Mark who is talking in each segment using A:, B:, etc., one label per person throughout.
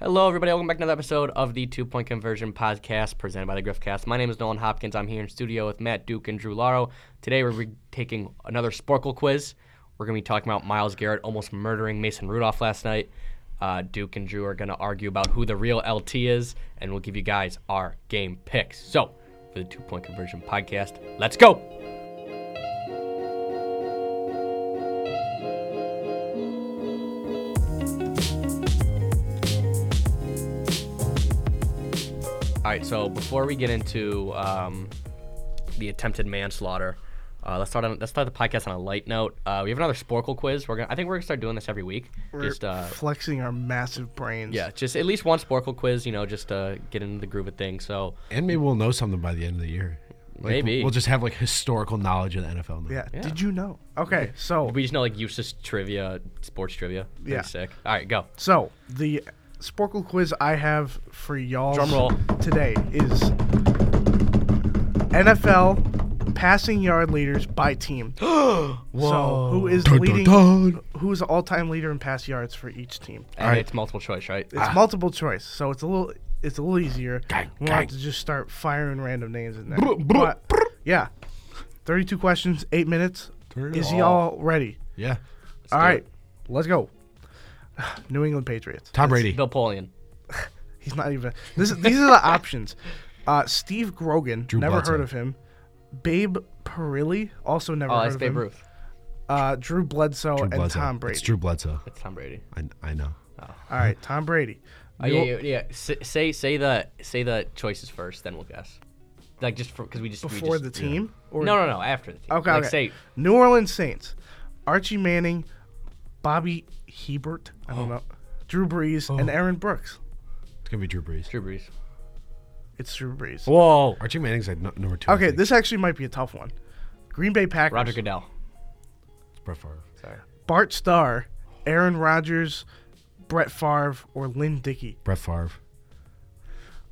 A: Hello, everybody. Welcome back to another episode of the Two Point Conversion Podcast presented by the Griffcast. My name is Nolan Hopkins. I'm here in studio with Matt Duke and Drew Laro. Today, we're re- taking another Sporkle quiz. We're going to be talking about Miles Garrett almost murdering Mason Rudolph last night. Uh, Duke and Drew are going to argue about who the real LT is, and we'll give you guys our game picks. So, for the Two Point Conversion Podcast, let's go. All right, so before we get into um, the attempted manslaughter, uh, let's start on let's start the podcast on a light note. Uh, we have another Sporkle quiz. We're gonna I think we're gonna start doing this every week.
B: We're
A: just uh,
B: flexing our massive brains.
A: yeah, just at least one Sporkle quiz. You know, just to get into the groove of things. So
C: And maybe we'll know something by the end of the year. Like,
A: Maybe.
C: We'll just have like historical knowledge of the NFL now.
B: Yeah. Did you know? Okay. So
A: we just know like useless trivia, sports trivia. Pretty
B: Yeah.
A: sick. All right, go.
B: so the Sporkle quiz I have for y'all
A: Drum roll.
B: today is NFL passing yard leaders by team. So who is
C: Dun, dun,
B: leading?
C: dun.
B: Who is the all-time leader in pass yards for each team?
A: And
C: right.
A: it's multiple choice, right? Ah,
B: It's multiple choice, so it's a little it's a little easier.
C: Ah. Gang,
B: we'll have
C: gang.
B: to just start firing random names in there.
C: Brr, brr,
B: But, yeah, thirty-two questions, eight minutes.
C: Turn it
B: Is
C: off.
B: y'all ready?
C: Yeah.
B: All
A: do
B: right, let's go. New England Patriots.
C: Tom Brady.
A: Napoleon.
B: He's not even. This is, these are the options. Uh, Steve Grogan.
C: Drew
B: never
C: Bledsoe.
B: heard of him. Babe Perilli. Also never
A: Oh,
B: heard
A: it's
B: of
A: Babe
B: him.
A: Ruth.
B: Uh, Drew Bledsoe
C: Drew
B: and
C: Bledsoe.
B: Tom Brady.
C: It's Drew Bledsoe.
A: It's Tom Brady.
C: I, I know.
B: All right, Tom Brady.
A: Oh, yeah, yeah, yeah. S- say say the say the choices first, then we'll guess. Like just because we just we
B: Before
A: just-
B: the team? Or
A: No, no, no. After the team.
B: Okay,
A: Like,
B: okay.
A: Say,
B: New Orleans Saints. Archie Manning, Bobby Hebert. I
A: Oh.
B: don't know. Drew Brees and Aaron Brooks.
C: It's going to be Drew Brees.
A: Drew Brees.
B: It's Drew Brees.
A: Whoa.
C: Archie Manning's like no, number two. I
B: Okay,
C: think.
B: this actually might be a tough one. Green Bay Packers.
A: Roger Goodell.
C: It's Brett Favre.
A: Sorry.
B: Bart Starr, Aaron Rodgers, Brett Favre, or Lynn Dickey.
C: Brett Favre.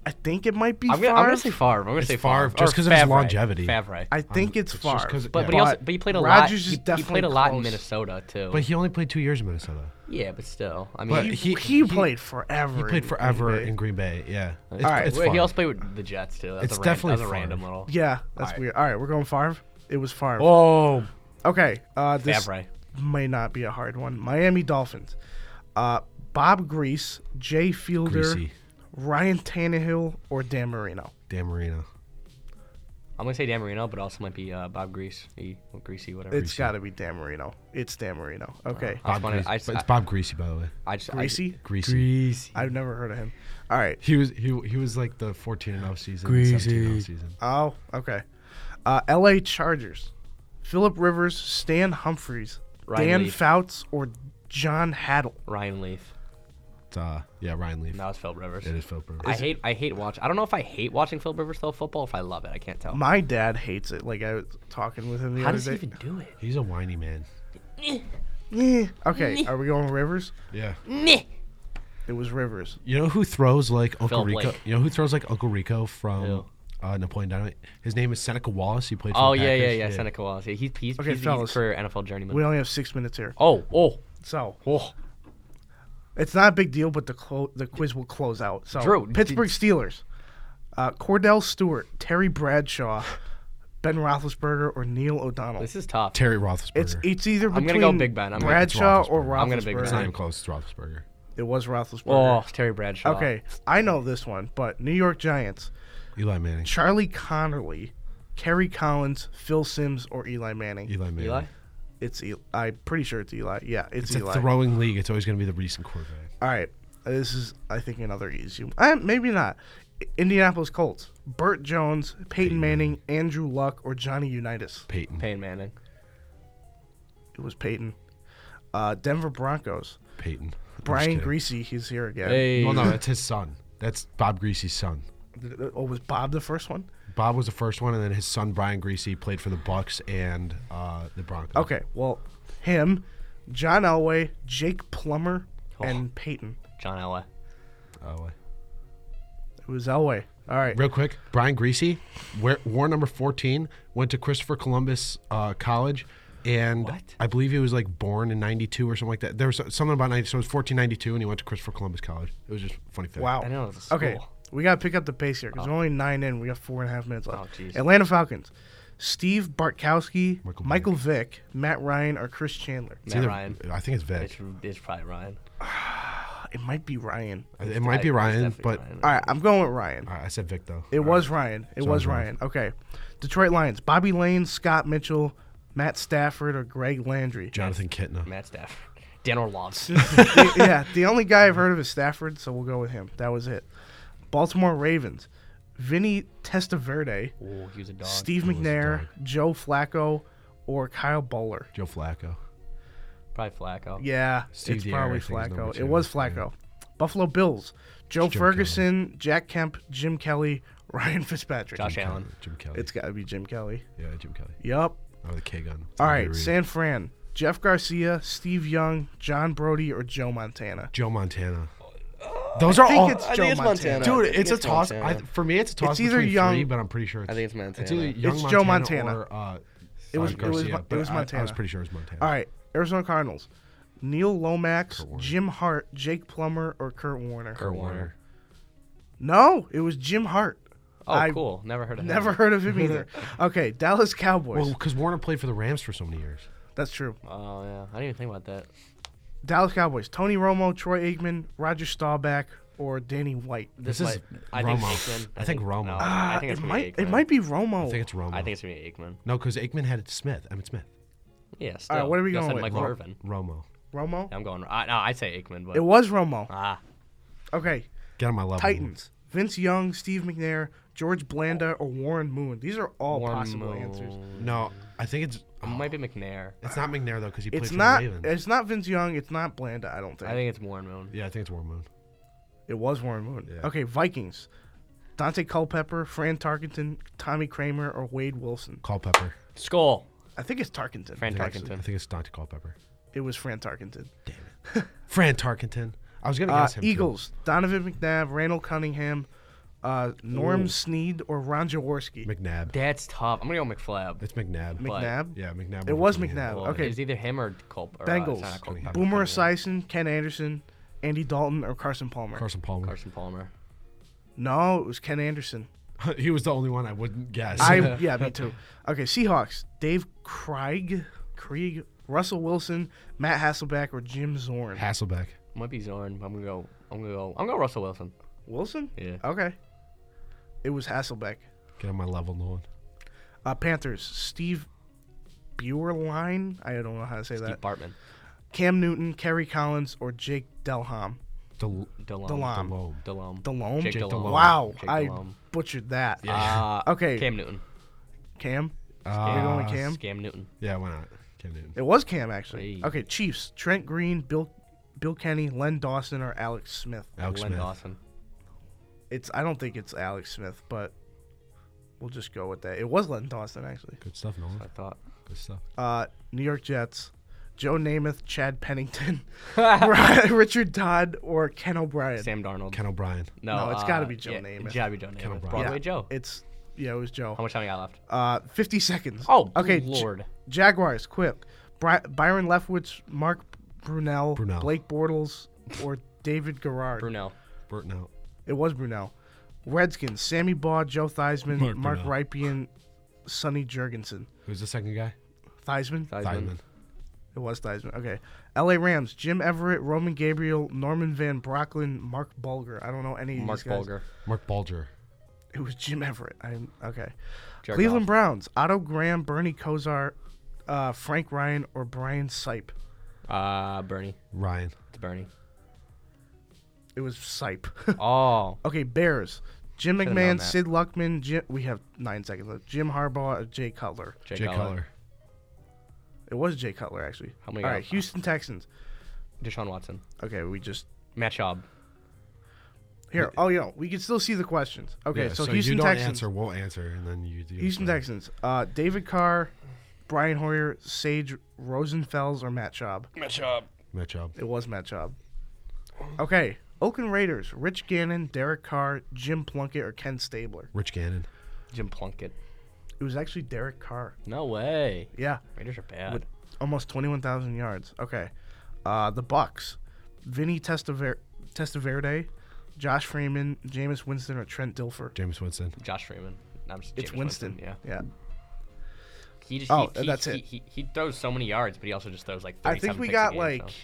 B: I think it might be
A: I'm
B: Favre.
A: gonna, I'm gonna say Favre. Um, I'm gonna say Favre.
C: Favre, just
A: or
C: 'cause of his
A: Favre.
C: longevity.
A: Favre.
B: I think it's,
C: it's
B: Favre.
C: just 'cause-
A: but,
C: yeah.
A: but he also
B: but
A: but he played a lot.
B: Rodgers is
A: he, he
B: definitely
A: played a lot in
B: close.
A: Minnesota too.
C: But he only played two years in Minnesota.
A: yeah, but still, I mean,
C: But
B: he,
A: he,
B: he,
C: he-
B: played forever.
C: He
B: in
C: played
B: Green
C: forever
B: Bay.
C: in Green Bay. Yeah. It's,
B: right,
C: it's
A: wait, he
C: Favre.
A: also played with the Jets too. That's
C: It's
A: a ran-
C: definitely
A: that was a
C: Favre.
A: random little.
B: yeah, that's
A: Alright.
B: weird. All right, we're going Favre. It was Favre.
C: Whoa.
B: okay, uh, this
A: Favre.
B: may not be a hard one. Miami Dolphins. Uh, Bob Grease, Jay Fielder,
C: Greasy.
B: Ryan Tannehill, or Dan Marino.
C: Dan Marino.
A: I'm gonna say Dan Marino, but also might be uh, Bob Grease, he, Greasy, whatever.
B: It's got to be Dan Marino. It's Dan Marino. Okay.
A: I just
C: Bob
A: wanna-
C: Greasy.
A: I just-
C: But it's
A: I-
C: Bob Greasy, by the way.
A: I just,
B: Greasy?
C: Greasy.
A: Greasy.
B: I've never heard of him. All right.
C: He was he, he was like the 14 and 0 season.
A: Greasy.
C: 17 and 0 season.
B: Oh, okay. Uh, L.A. Chargers. Philip Rivers, Stan Humphries,
A: Ryan
B: Dan
A: Leaf.
B: Fouts, or John Haddle.
A: Ryan Leaf.
C: It's, uh, yeah, Ryan Leaf.
A: That was Phil Rivers.
C: It is Phil Rivers.
A: I hate I hate watch. I don't know if I hate watching Phil Rivers throw football. If I love it, I can't tell.
B: My dad hates it. Like I was talking with him the
A: How
B: other
A: does he
B: day.
A: even do it?
C: He's a whiny man.
B: Eh, Okay, are we going Rivers?
C: Yeah.
B: It was Rivers.
C: You know who throws like Uncle
A: Phil
C: Rico?
A: Blake.
C: You know who throws like Uncle Rico from
A: Who?
C: uh, Napoleon Dynamite? His name is Seneca Wallace. He played. For
A: Oh
C: the
A: yeah, yeah,
C: Packers.
A: yeah. Seneca Wallace. Yeah, He's he's,
B: Okay,
A: he's, he's
B: fellas.
A: career NFL journeyman.
B: We only have six minutes here,
A: oh oh
B: so
A: oh.
B: it's not a big deal. But the clo- the quiz will close out. So
A: Drew, did-
B: Pittsburgh Steelers. Uh, Cordell Stewart, Terry Bradshaw, Ben Roethlisberger, or Neil O'Donnell.
A: This is tough.
C: Terry Roethlisberger.
B: It's it's either between
A: I'm gonna go Big Ben. I'm gonna- it's
B: Bradshaw or Roethlisberger.
C: Roethlisberger.
A: I'm gonna Big
C: it's
A: Ben.
C: not even close. It's Roethlisberger.
B: It was Roethlisberger.
A: Oh, it's Terry Bradshaw.
B: Okay, I know this one, but New York Giants,
C: Eli Manning.
B: Charlie Connerly, Kerry Collins, Phil Sims, or Eli Manning.
C: Eli Manning.
A: Eli.
B: It's Eli. I'm pretty sure it's Eli. Yeah, it's,
C: It's
B: Eli.
C: a throwing league. It's always gonna be the recent quarterback.
B: All right, this is I think another easy. one. Uh, maybe not. I- Indianapolis Colts, Burt Jones, Peyton Manning, Andrew Luck, or Johnny Unitas.
C: Peyton.
A: Peyton Manning.
B: It was Peyton. Uh, Denver Broncos,
C: Peyton. I'm just
B: Brian
C: kidding.
B: Greasy. He's here again.
A: Hey.
C: Well, no, that's his son. That's Bob Greasy's son.
B: Th- th- Oh, was Bob the first one?
C: Bob was the first one, and then his son Brian Greasy played for the Bucks and uh, the Broncos.
B: Okay, well, him, John Elway, Jake Plummer, and Peyton.
A: John Elway.
C: Oh, wait.
B: It was Elway. All right.
C: Real quick, Brian Greasy, where, war number 14, went to Christopher Columbus uh, College, and
A: What?
C: I believe he was like born in '92 or something like that. There was something about '90, so it was 1492, and he went to Christopher Columbus College. It was just a funny fact.
B: Wow.
A: I know. It's
B: Okay,
A: cool.
B: we gotta pick up the pace here because we're only nine in. We got four and a half minutes left.
A: Oh, jeez.
B: Atlanta Falcons: Steve Bartkowski,
C: Michael
B: Michael, Vick, Matt Ryan, or Chris Chandler.
A: Matt
C: It's either-
A: Ryan.
C: I think it's Vic.
A: It's, it's probably Ryan.
B: It might be Ryan.
C: it might be
A: It's
C: Ryan,
A: definitely
C: but
A: Ryan.
B: All right, I'm going with Ryan.
C: I I said Vic though.
B: It was Ryan. It was
C: Sounds right.
B: Ryan. Okay, Detroit Lions: Bobby Lane, Scott Mitchell, Matt Stafford, or Greg Landry.
C: Jonathan Kitna.
A: Matt Stafford. Dan Orlovsky.
B: The- yeah, the only guy I've heard of is Stafford, so we'll go with him. That was it. Baltimore Ravens: Vinny Testaverde,
A: oh, he was a dog.
B: Steve
C: was a
B: McNair, Joe Flacco, or Kyle Bowler.
C: Joe Flacco.
A: Probably Flacco.
B: Yeah,
C: Steve
B: it's
C: Dier, I
B: probably
C: think, is number
B: Flacco.
C: two.
B: It was Flacco. Buffalo Bills: Joe Ferguson, Jack Kemp, Jim Kelly, Ryan Fitzpatrick.
A: Josh Allen.
C: Jim Kelly.
B: It's got to be Jim Kelly.
C: yeah, Jim Kelly.
B: Yup.
C: Or the K gun.
B: All right, San Fran. Jeff Garcia, Steve Young, John Brody, or Joe Montana.
C: Joe Montana. Those are
B: think
C: all.
B: it's-
A: I think it's Montana.
C: Dude,
A: I think
C: it's, a toss. I,
A: Montana.
C: for me, it's a toss
B: either
C: between
B: Young-
C: three, but I'm pretty sure it's.
A: I think it's Montana.
C: It's either Young
B: It's
C: Montana
B: Joe Montana.
C: or uh,
B: It was-
C: Don
B: it was
C: Garcia,
B: Mon- it
C: but
B: was
C: I- I, was
B: Montana.
C: pretty sure it was Montana.
B: All right, Arizona Cardinals. Neil Lomax, Jim Hart, Jake Plummer, or Kurt Warner.
A: Kurt Warner.
B: No, it was Jim Hart.
A: Oh,
B: I
A: cool. Never heard of him.
B: Never heard of him either. Okay, Dallas Cowboys.
C: Well, because Warner played for the Rams for so many years.
B: That's true.
A: Oh, yeah. I didn't even think about that.
B: Dallas Cowboys. Tony Romo, Troy Aikman, Roger Staubach, or Danny White.
A: This,
C: This is
A: might, I think
C: Romo.
A: Aikman.
C: I think Romo.
A: no,
B: Ah,
A: I think
B: it
A: it's gonna
B: might.
A: Aikman.
B: It might be Romo.
C: I think it's Romo.
A: I think it's gonna be Aikman.
C: no, because Aikman had Smith. I mean Smith.
A: Yeah. Still.
B: All right, what are we
A: You guys
B: going
A: said
B: with?
A: Michael
B: Ro-
A: Irvin.
C: Romo.
B: Romo.
A: I'm going. I, no, I say Aikman, but
B: It was Romo.
A: ah,
B: Okay,
C: Get on my level.
B: Titans. Vince Young, Steve McNair, George Blanda, or Warren Moon. These are all
A: Warren
B: possible
A: Moon.
B: answers.
C: No, I think it's. oh,
A: It might be McNair.
C: It's not McNair though, because he played
B: It's
C: for
B: not.
C: the Ravens.
B: It's not Vince Young. It's not Blanda. I don't think.
A: I think it's Warren Moon.
C: yeah, I think it's Warren Moon.
B: it was Warren Moon.
C: Yeah.
B: Okay, Vikings. Dante Culpepper, Fran Tarkenton, Tommy Kramer, or Wade Wilson.
C: Culpepper.
A: Skull.
B: I think it's Tarkenton.
A: Fran
C: I think it's-
A: Tarkenton.
C: I think it's Dante Culpepper.
B: It was Fran Tarkenton.
C: Fran Tarkenton. I was gonna
B: Uh,
C: guess him. too.
B: Eagles. Donovan McNabb, Randall Cunningham, uh, Norm Sneed, or Ron Jaworski.
C: McNabb.
A: That's tough. I'm gonna go McNabb.
C: It's McNabb.
B: McNabb.
C: yeah, McNabb.
B: It was
C: Cunningham.
B: McNabb.
A: Well,
B: okay.
A: It's either him or Culp. Or,
B: Bengals.
A: Uh, it's not Culp- Cunningham.
B: Boomer Esiason, Ken Anderson, Andy Dalton, or Carson Palmer.
C: Carson Palmer.
A: Carson Palmer.
B: No, it was Ken Anderson.
C: he was the only one I wouldn't guess.
B: I yeah, me too. Okay, Seahawks. Dave Krieg, Krieg, Russell Wilson, Matt Hasselback, or Jim Zorn.
C: Hasselbeck.
A: Might be Zorn. but I'm gonna go. I'm gonna go. I'm gonna go Russell Wilson.
B: Wilson?
A: Yeah.
B: Okay. It was Hasselbeck.
C: Get on my level, Nolan.
B: Uh, Panthers. Steve Buerline. I don't know how to say that.
A: Steve Bartman.
B: Cam Newton, Kerry Collins, or Jake Delham.
C: Del-
A: Delon.
B: Delon.
C: Delome.
A: Delon.
B: Delhomme.
A: Jake Delhomme. Uh,
B: Wow,
A: Jake
B: I
A: Delhomme.
B: butchered that.
A: Uh,
B: Okay.
A: Cam Newton.
B: Cam.
C: Uh,
B: You're going with Cam.
A: Cam Newton.
C: yeah, why not? Cam Newton.
B: It was Cam actually.
A: Hey.
B: Okay, Chiefs. Trent Green, Bill, Bill Kenny, Len Dawson, or Alex Smith.
C: Alex
A: Len
C: Smith.
A: Dawson.
B: It's I don't think it's Alex Smith, but we'll just go with that. It was Len Dawson actually.
C: Good stuff,
A: I
C: Nolan.
A: thought.
C: Good stuff.
B: Uh, New York Jets. Joe Namath, Chad Pennington, Ri- Richard Todd, or Ken O'Brien.
A: Sam Darnold.
C: Ken O'Brien.
A: no,
B: No, it's
A: uh,
B: gotta be Joe
A: yeah,
B: Namath.
A: It's gotta be Joe Namath.
C: O'Brien.
A: Broadway
B: Yeah,
A: Joe.
B: It's yeah, it was Joe.
A: How much time we got left?
B: Uh, 50 seconds.
A: Oh,
B: okay. J-
A: Lord.
B: Jaguars, quick. Bri- Byron Leftwich, Mark Brunell,
C: Brunell.
B: Blake Bortles, or David Garrard.
A: Brunel.
C: Burton out.
B: it was Brunell. Redskins, Sammy Baugh, Joe Theismann,
C: Mark
B: Mark, Rypien, Sonny Jurgensen.
C: Who's the second guy?
B: Theismann?
C: Thiedman.
B: It was Theismann. Okay. LA Rams, Jim Everett, Roman Gabriel, Norman Van Brocklin, Mark Bulger. I don't know any of
A: Mark
B: these guys.
A: Bulger.
C: Mark Bulger.
B: It was Jim Everett. I'm okay.
A: Jared
B: Cleveland Browns, Otto Graham, Bernie Kosar, uh, Frank Ryan, or Brian Sipe.
A: Uh, Bernie.
C: Ryan.
A: It's Bernie.
B: It was Sipe.
A: Oh,
B: okay, Bears. Jim
A: Should've known
B: McMahon,
A: that.
B: Sid Luckman, Jim, we have nine seconds left. Jim Harbaugh, or Jay Cutler.
A: Jay,
C: Jay
A: Cutler.
C: Cutler.
B: It was Jay Cutler, actually.
A: How many
B: All
A: are-
B: right, Houston Texans.
A: Deshaun Watson.
B: Okay, we just.
A: Matt Schaub.
B: Here, oh, yeah, we can still see the questions. Okay,
C: Yeah,
B: so,
C: you
B: Houston
C: don't
B: Texans.
C: answer, we'll answer, and then you do.
B: Houston Texans. Uh, David Carr, Brian Hoyer, Sage Rosenfels, or Matt Schaub.
A: Matt Schaub.
C: Matchup.
B: It was Matt Schaub. Okay. Oakland Raiders, Rich Gannon, Derek Carr, Jim Plunkett, or Ken Stabler.
C: Rich Gannon.
A: Jim Plunkett.
B: It was actually Derek Carr.
A: No way.
B: Yeah.
A: Raiders are bad.
B: With almost 21,000 yards. Okay. Uh, the Bucks. Vinny Testaver- Testaverde, Josh Freeman, Jameis Winston, or Trent Dilfer.
C: James Winston.
A: Josh Freeman. I'm just
B: It's
A: Jameis
B: Winston.
A: Yeah.
B: Yeah.
A: He just,
B: Oh,
A: he, he,
B: that's
A: he,
B: it.
A: He, he throws so many yards, but he also just throws like.
B: I think
A: 37
B: we
A: picks a
B: got
A: game,
B: like,
A: so-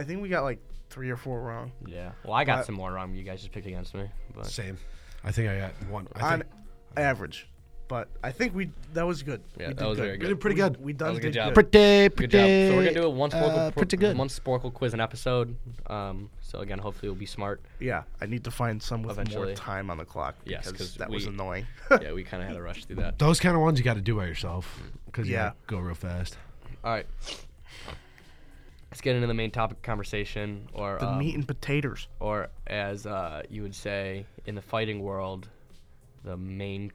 B: I think we got like three or four wrong.
A: Yeah. Well, I got
B: uh,
A: some more wrong. You guys just picked against me. But
C: Same. I think I got one. I
B: on
C: think,
B: average. But I think we that was good.
A: Yeah,
B: we
A: that was very
C: we
A: good.
C: did pretty good.
B: We done
A: was a
B: did
A: good job.
B: good.
C: pretty,
A: Good
C: pretty.
A: job. So we're gonna do a one sporkle,
C: uh,
A: pro-
C: pretty good.
A: one sporkle quiz an episode. Um, so again, hopefully we'll be smart.
B: Yeah, I need to find some with
A: Eventually.
B: more time on the clock
A: Yes,
B: because
A: 'cause
B: that was
A: we-
B: annoying.
A: yeah, we kind of had to rush through that.
C: Those kind of ones you got to do by yourself because
B: Yeah.
C: yeah, go real fast.
A: All right. Let's get into the main topic of conversation, or
B: the
A: um,
B: meat and potatoes.
A: or as uh, you would say in the fighting world, the main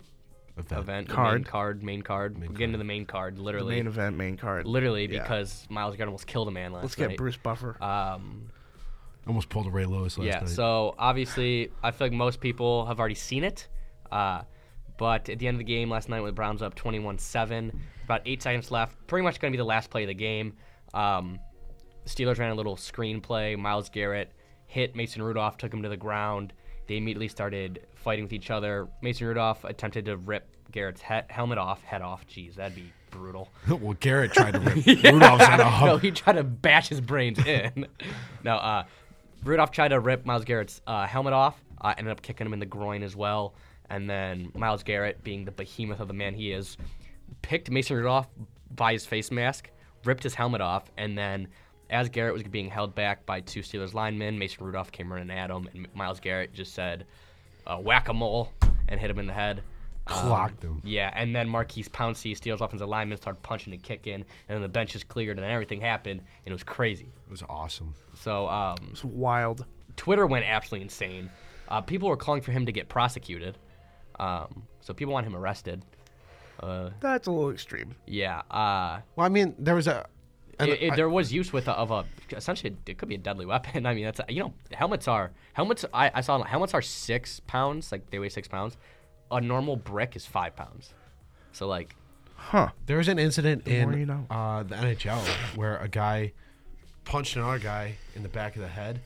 C: Event.
A: event, the main
B: Card.
A: card, main card. we'll get into the main card,
B: The
A: literally,
B: main event, main card.
A: literally,
B: Yeah.
A: because Miles Garden almost killed a man last
B: Let's
A: night.
B: get Bruce Buffer.
A: Um,
C: Almost pulled a Ray Lewis last
A: yeah.
C: night.
A: So obviously, I feel like most people have already seen it. Uh, but at the end of the game last night, when the Browns up 21-7, about eight seconds left, pretty much going to be the last play of the game. Um, Steelers ran a little screen play. Miles Garrett hit Mason Rudolph, took him to the ground. They immediately started fighting with each other. Mason Rudolph attempted to rip Garrett's he- helmet off, head off. Jeez, that'd be brutal.
C: well, Garrett tried to rip Rudolph's head off.
A: No, he tried to bash his brains in. no, uh, Rudolph tried to rip Miles Garrett's uh, helmet off, uh, ended up kicking him in the groin as well. And then Miles Garrett, being the behemoth of the man he is, picked Mason Rudolph by his face mask, ripped his helmet off, and then as Garrett was being held back by two Steelers linemen, Mason Rudolph came running at him, and Miles Garrett just said, uh, whack a mole, and hit him in the head. Um,
C: Clocked him.
A: Yeah, and then Marquise Pouncey, Steelers offensive lineman, started punching and kicking, and then the bench is cleared, and then everything happened, and it was crazy.
C: It was awesome.
A: So um,
B: it's wild.
A: Twitter went absolutely insane. Uh, people were calling for him to get prosecuted. Um, so people want him arrested.
B: That's a little extreme.
A: Yeah, uh,
C: Well, I mean, there was a. and
A: it, it-
C: I-
A: there was use with a, of a essentially it could be a deadly weapon. I mean, that's a, you know helmets are helmets. I, I saw helmets are six pounds, like they weigh six pounds. A normal brick is five pounds. So like
B: Huh.
C: There was an incident
B: more
C: in
B: you know.
C: uh, the NHL where a guy punched another guy in the back of the head,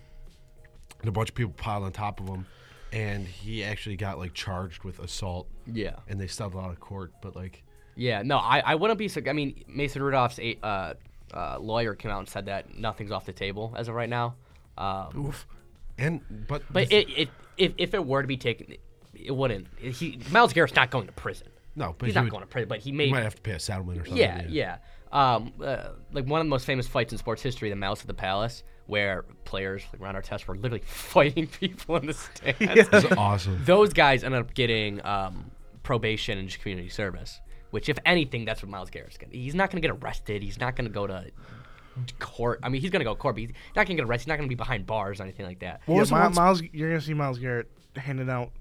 C: and a bunch of people piled on top of him, and he actually got like charged with assault,
A: yeah.
C: and they settled out of court. But like,
A: Yeah, no, I, I wouldn't be. sur- I mean, Mason Rudolph's a, uh, uh, lawyer came out and said that nothing's off the table as of right now. Um,
B: Oof.
C: and but
A: but it, it if if it were to be taken, it wouldn't. He Miles Garrett's not going to prison.
C: no, but
A: he's
C: he
A: not
C: would-
A: going to prison, but he
C: He
A: may.
C: might have to pay a settlement or something.
A: yeah, yeah. Um, uh, like one of the most famous fights in sports history, the Mouse at the Palace, where players like Ron Artest were literally fighting people in the stands.
C: It was awesome.
A: Those guys ended up getting um, probation and just community service, which, if anything, that's what Miles Garrett's gonna. He's not gonna get arrested. He's not gonna go to court. I mean, he's gonna go to court, but he's not gonna get arrested. He's not gonna be behind bars or anything like that.
C: What
B: Yeah,
C: was the
B: My,
C: one-
B: Miles, you're gonna see Miles Garrett handing out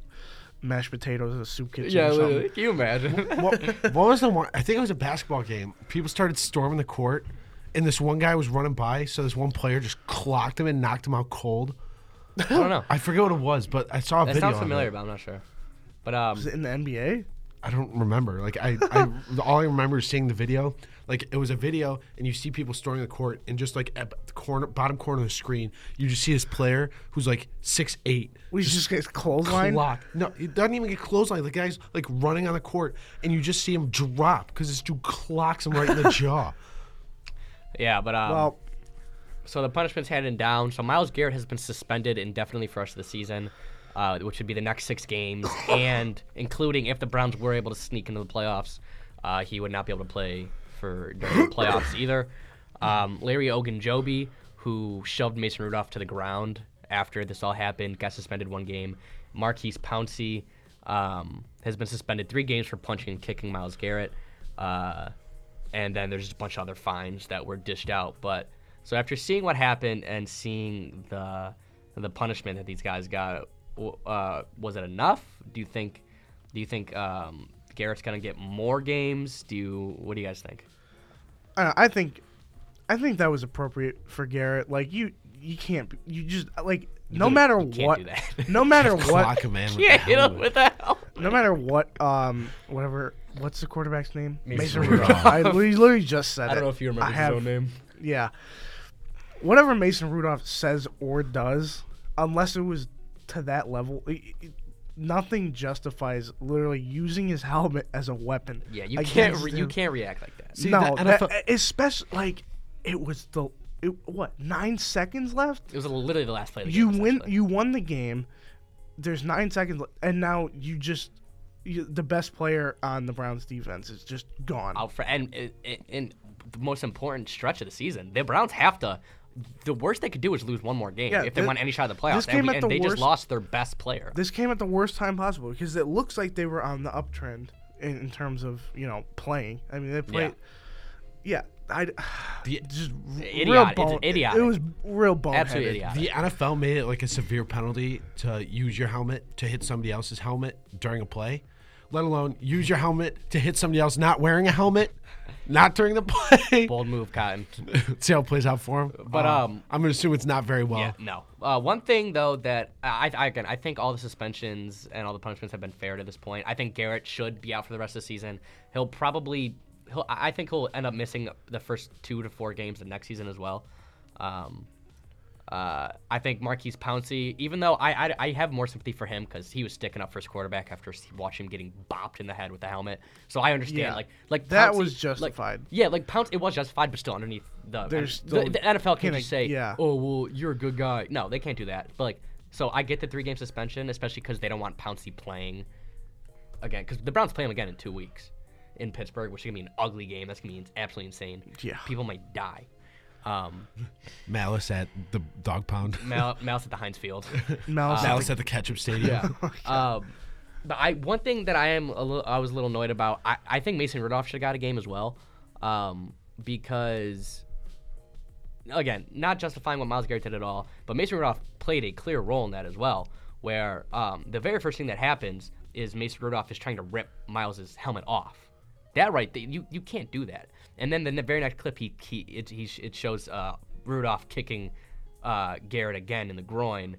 B: mashed potatoes at a soup kitchen. or something.
A: you imagine?
C: what, what was the one? I think it was a basketball game. People started storming the court, and this one guy was running by, so this one player just clocked him and knocked him out cold.
A: I don't know.
C: I forget what it was, but I saw a
A: That
C: video.
A: sounds
C: of it.
A: familiar, but I'm not sure. But um,
B: Is it in the NBA?
C: I don't remember. Like I, I all I remember is seeing the video. Like it was a video, and you see people storming the court, and just like at the corner, bottom corner of the screen, you just see this player who's like six eight.
B: We just, get clothesline.
C: Clock. No, it doesn't even get clothesline. The guy's like running on the court, and you just see him drop because this dude clocks him right in the jaw.
A: yeah, but um,
B: Well,
A: so the punishment's handed down. So Miles Garrett has been suspended indefinitely for the rest of the season, uh, which would be the next six games, and including if the Browns were able to sneak into the playoffs, uh, he would not be able to play for during the playoffs either. Um, Larry Ogunjobi, who shoved Mason Rudolph to the ground after this all happened, got suspended one game. Marquise Pouncey um, has been suspended three games for punching and kicking Miles Garrett. Uh, and then there's just a bunch of other fines that were dished out. But so after seeing what happened and seeing the the punishment that these guys got, w- uh, was it enough? Do you think? Do you think um, Garrett's gonna get more games? Do you? What do you guys think?
B: I, I think, I think that was appropriate for Garrett. Like you, you can't. be- You just like no
A: can't-
B: matter
A: you can't
B: what.
A: do that.
B: No matter what.
C: Clock him, man. with the
A: Yeah, you know,
C: helmet.
A: what the hell?
B: No matter what. Um, whatever what's the quarterback's name?
A: Mason Rudolph.
B: I literally literally just said it.
A: I don't know if you remember
B: I
A: his
B: have-
A: own name.
B: Yeah. Whatever Mason Rudolph says or does, unless it was to that level, i i nothing justifies literally using his helmet as a weapon.
A: Yeah, you can't
B: against
A: re- you
B: him.
A: can't react like that.
C: See,
B: no,
C: the
B: that- e,
C: NFL
B: especially like it was the it, what nine seconds left.
A: It was literally the last play. Of the
B: You
A: game,
B: win.
A: essentially.
B: You won the game. There's nine seconds, left, and now you just you, the best player on the Browns defense is just gone.
A: out uh, for and and- and and the most important stretch of the season. The Browns have to. The worst they could do is lose one more game
B: Yeah,
A: if they
B: thi-
A: want any shot at the playoffs.
B: this
A: and,
B: came
A: we-
B: at
A: and
B: the
A: they
B: worst-
A: just lost their best player.
B: this came at the worst time possible because it looks like they were on the uptrend in, in terms of you know playing. I mean, they played. Yeah, I
C: The-
B: just r- real
A: Idiotic. It's
B: ball. It,
A: idiotic.
B: was real ball.
A: Absolutely idiotic.
C: The NFL made it like a severe penalty to use your helmet to hit somebody else's helmet during a play, let alone use your helmet to hit somebody else not wearing a helmet, not during the play.
A: Bold move, Cotton.
C: See how it plays out for him.
A: But, um,
C: I'm gonna assume it's not very well.
A: Yeah, no. Uh, one thing though that I, I again I think all the suspensions and all the punishments have been fair to this point. I think Garrett should be out for the rest of the season. He'll probably he'll I I think he'll end up missing the first two to four games of next season as well. Um, uh, I think Marquise Pouncey, even though I, I, I have more sympathy for him because he was sticking up for his quarterback after s- watching him getting bopped in the head with the helmet, so I understand
B: Yeah.
A: like like
B: That
A: Pouncey-
B: was
A: like-
B: justified.
A: yeah, like Pounce, it was justified, but still underneath the
B: There's
A: the-
B: still-
A: the, NFL can't
B: kinda-
A: just say
B: yeah.
A: oh well you're a good guy no they can't do that but like so i get the three game suspension especially because they don't want pouncey playing again because the browns play him again in two weeks in pittsburgh which is gonna be an ugly game that's gonna be absolutely insane
B: Yeah.
A: people might die um
C: Malice at the dog pound.
A: Mal- mouse at the heinz field Uh,
B: Malice.
C: Malice at the ketchup stadium.
A: um but i one thing that i am a little i was a little annoyed about i, I think mason rudolph should have got a game as well um because again, not justifying what Miles Garrett did at all, but Mason Rudolph played a clear role in that as well, where um, the very first thing that happens is Mason Rudolph is trying to rip Miles's helmet off. That right, th- you you can't do that. And then the ne- very next clip, he, he it he, sh- it shows uh, Rudolph kicking uh, Garrett again in the groin,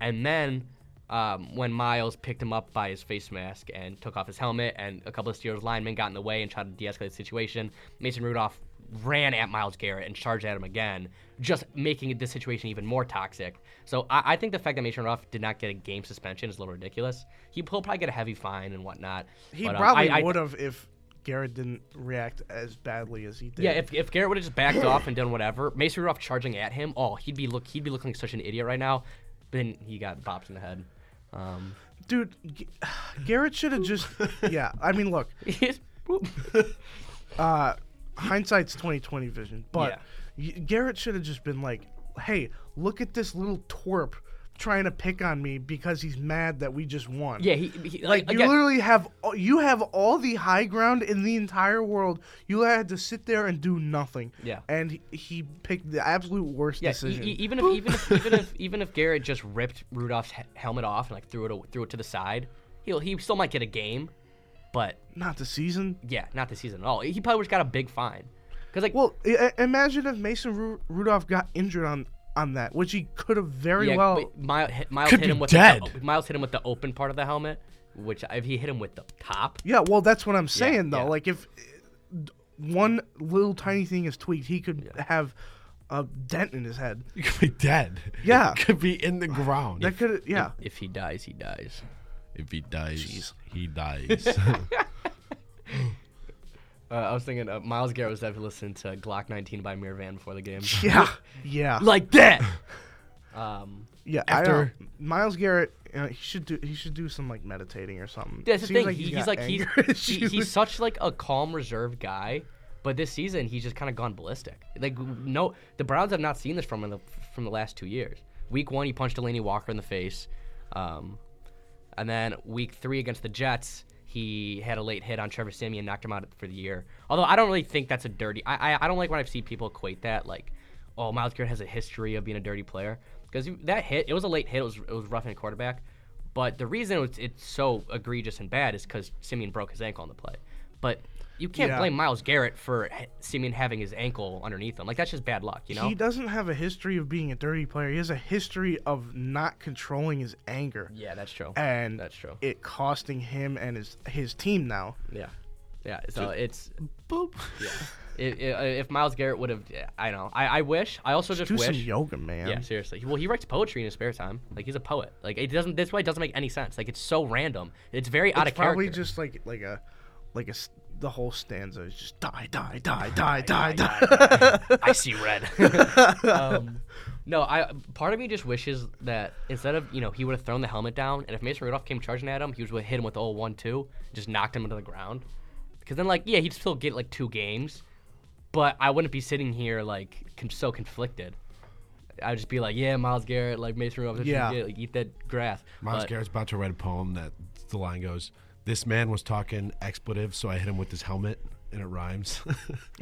A: and then. Um, when Miles picked him up by his face mask and took off his helmet, and a couple of Steelers linemen got in the way and tried to de-escalate the situation, Mason Rudolph ran at Miles Garrett and charged at him again, just making this situation even more toxic. So I, I think the fact that Mason Rudolph did not get a game suspension is a little ridiculous. He, will probably get a heavy fine and whatnot.
B: He
A: but, um,
B: probably
A: I- I-
B: would have if Garrett didn't react as badly as he did.
A: Yeah, if, if Garrett would have just backed off and done whatever, Mason Rudolph charging at him, oh, he'd be look he'd be looking like such an idiot right now. But then he got bopped in the head. Um,
B: dude, G- Garrett should have just. yeah, I mean, look, uh, hindsight's twenty twenty vision, but y Garrett should have just been like, "Hey, look at this little twerp trying to pick on me because he's mad that we just won."
A: yeah, he, he
B: Like you
A: again,
B: literally have you have all the high ground in the entire world. You had to sit there and do nothing.
A: Yeah.
B: and he, he picked the absolute worst
A: Yeah, e-
B: decision.
A: e- even if even if even if even if Garrett just ripped Rudolph's he- helmet off and like threw it aw- threw it to the side, he'll he still might get a game, but
B: Not the season.
A: yeah, not this season at all. He probably just got a big fine, because like
B: Well, I- I- imagine if Mason Ru- Rudolph got injured on on that, which he could have very
A: yeah,
B: well.
A: but Miles, hit, Miles
C: Could
A: hit
C: be
A: him with
C: dead.
A: The, Miles hit him with the open part of the helmet, which if he hit him with the top,
B: Yeah, well, that's what I'm saying though.
A: yeah.
B: Like if d- one little tiny thing is tweaked, he could have a dent in his head.
C: You could be dead.
B: Yeah.
C: You could be in the ground.
B: That could, yeah.
A: if he dies, he dies.
C: if he dies, he dies.
A: Uh, I was thinking uh, Miles Garrett was definitely listening to Glock 19 by Mirvan before the game,
B: Yeah, yeah,
A: like that. um.
B: yeah. I
C: After-
B: don't- Miles Garrett, you know, he should do. He should do some like meditating or something.
A: That's the
B: Seems
A: thing. he- he's,
B: got
A: like he's,
B: anger
A: he-
B: issues.
A: he's such like a calm, reserved guy, but this season he's just kind of gone ballistic. Like no, the Browns have not seen this from in the from the last two years. Week one, he punched Delaney Walker in the face, um, and then week three against the Jets, he had a late hit on Trevor Simeon, knocked him out for the year. Although I don't really think that's a dirty. I I, I don't like when I've seen people equate that like, oh Miles Garrett has a history of being a dirty player because that hit it was a late hit. It was it was roughing a quarterback. But the reason it's, it's so egregious and bad is because Simeon broke his ankle on the play. But you can't
B: Yeah.
A: blame Miles Garrett for ha- Simeon having his ankle underneath him. Like that's just bad luck, you know?
B: He doesn't have a history of being a dirty player. He has a history of not controlling his anger,
A: yeah, that's true.
B: and
A: That's true.
B: It costing him and his his team now.
A: yeah. Yeah, so it's
C: Boop.
A: it, it, if Miles Garrett would have, I know. I, I wish. I also just
B: Do some
A: wish.
B: yoga, man.
A: Yeah, seriously. Well, he writes poetry in his spare time. Like he's a poet. Like it doesn't. This way doesn't make any sense. Like it's so random. It's very out
B: It's
A: of
B: probably
A: character.
B: just like like a like a s- the whole stanza is just die die die die die die.
A: I see red. um, no, I. Part of me just wishes that instead of you know he would have thrown the helmet down, and if Mason Rudolph came charging at him, he would hit him with the old one-two, just knocked him into the ground. Because then, like, yeah, he'd still get like two games, but I wouldn't be sitting here like con- so conflicted. I'd just be like, yeah, Miles Garrett, like Mason Rudolph, just
B: Yeah.
A: get- like, eat that grass.
C: Miles
A: But-
C: Garrett's about to write a poem that the line goes, "This man was talking expletive, so I hit him with his helmet." And it rhymes.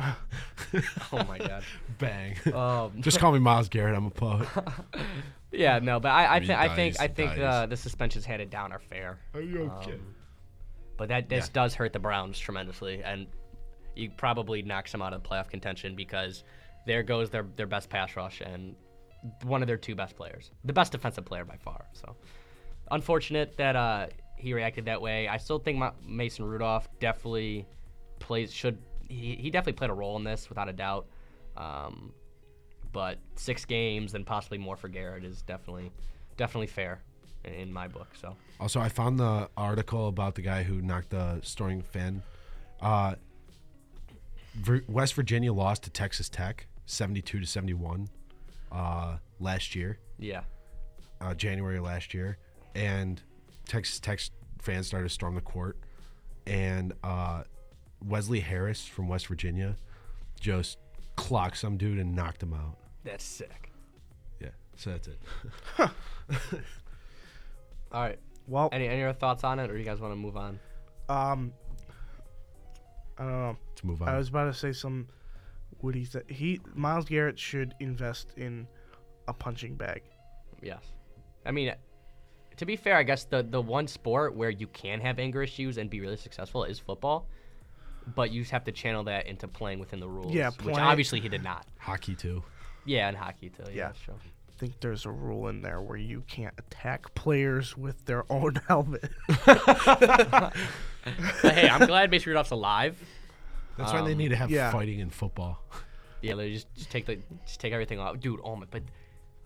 A: Oh my god.
C: Bang.
A: Um,
C: Just call me Miles Garrett. I'm a poet.
A: Yeah, no, but I, I,
C: He
A: thi- I think
C: dies,
A: I
C: he
A: think uh,
C: dies.
A: the suspensions handed down are fair.
C: Are you
A: Um,
C: okay?
A: But that this does hurt the Browns tremendously, and you probably knocks them out of playoff contention because there goes their their best pass rush and one of their two best players, the best defensive player by far. So unfortunate that uh, he reacted that way. I still think Ma- Mason Rudolph definitely plays should he, he definitely played a role in this without a doubt. Um, but six games and possibly more for Garrett is definitely definitely fair in, in my book. So
C: Also, I found the article about the guy who knocked the storing fan. Uh, Vir- West Virginia lost to Texas Tech, seventy-two to seventy-one, uh, last year,
A: yeah,
C: uh, January last year, and Texas Tech fans started to storm the court, and uh, Wesley Harris from West Virginia just clocked some dude and knocked him out.
A: that's sick.
C: Yeah, so that's it.
A: All right.
B: Well,
A: Any any other thoughts on it, or you guys want to move on?
B: um, I don't know.
C: Let's move on.
B: I was about to say some. What he said. He Miles Garrett should invest in a punching bag.
A: Yes. I mean, to be fair, I guess the the one sport where you can have anger issues and be really successful is football. But you have to channel that into playing within the rules.
B: Yeah,
A: which
B: play-
A: obviously he did not.
C: Hockey too.
A: Yeah, and hockey too. Yeah,
B: Yeah.
A: sure.
B: I think there's a rule in there where you can't attack players with their own helmet.
A: But hey, I'm glad Mason Rudolph's alive.
C: That's why they need to have
B: Um, yeah.
C: fighting in football.
A: Yeah, they just, just take the just take everything off, dude. Oh my, but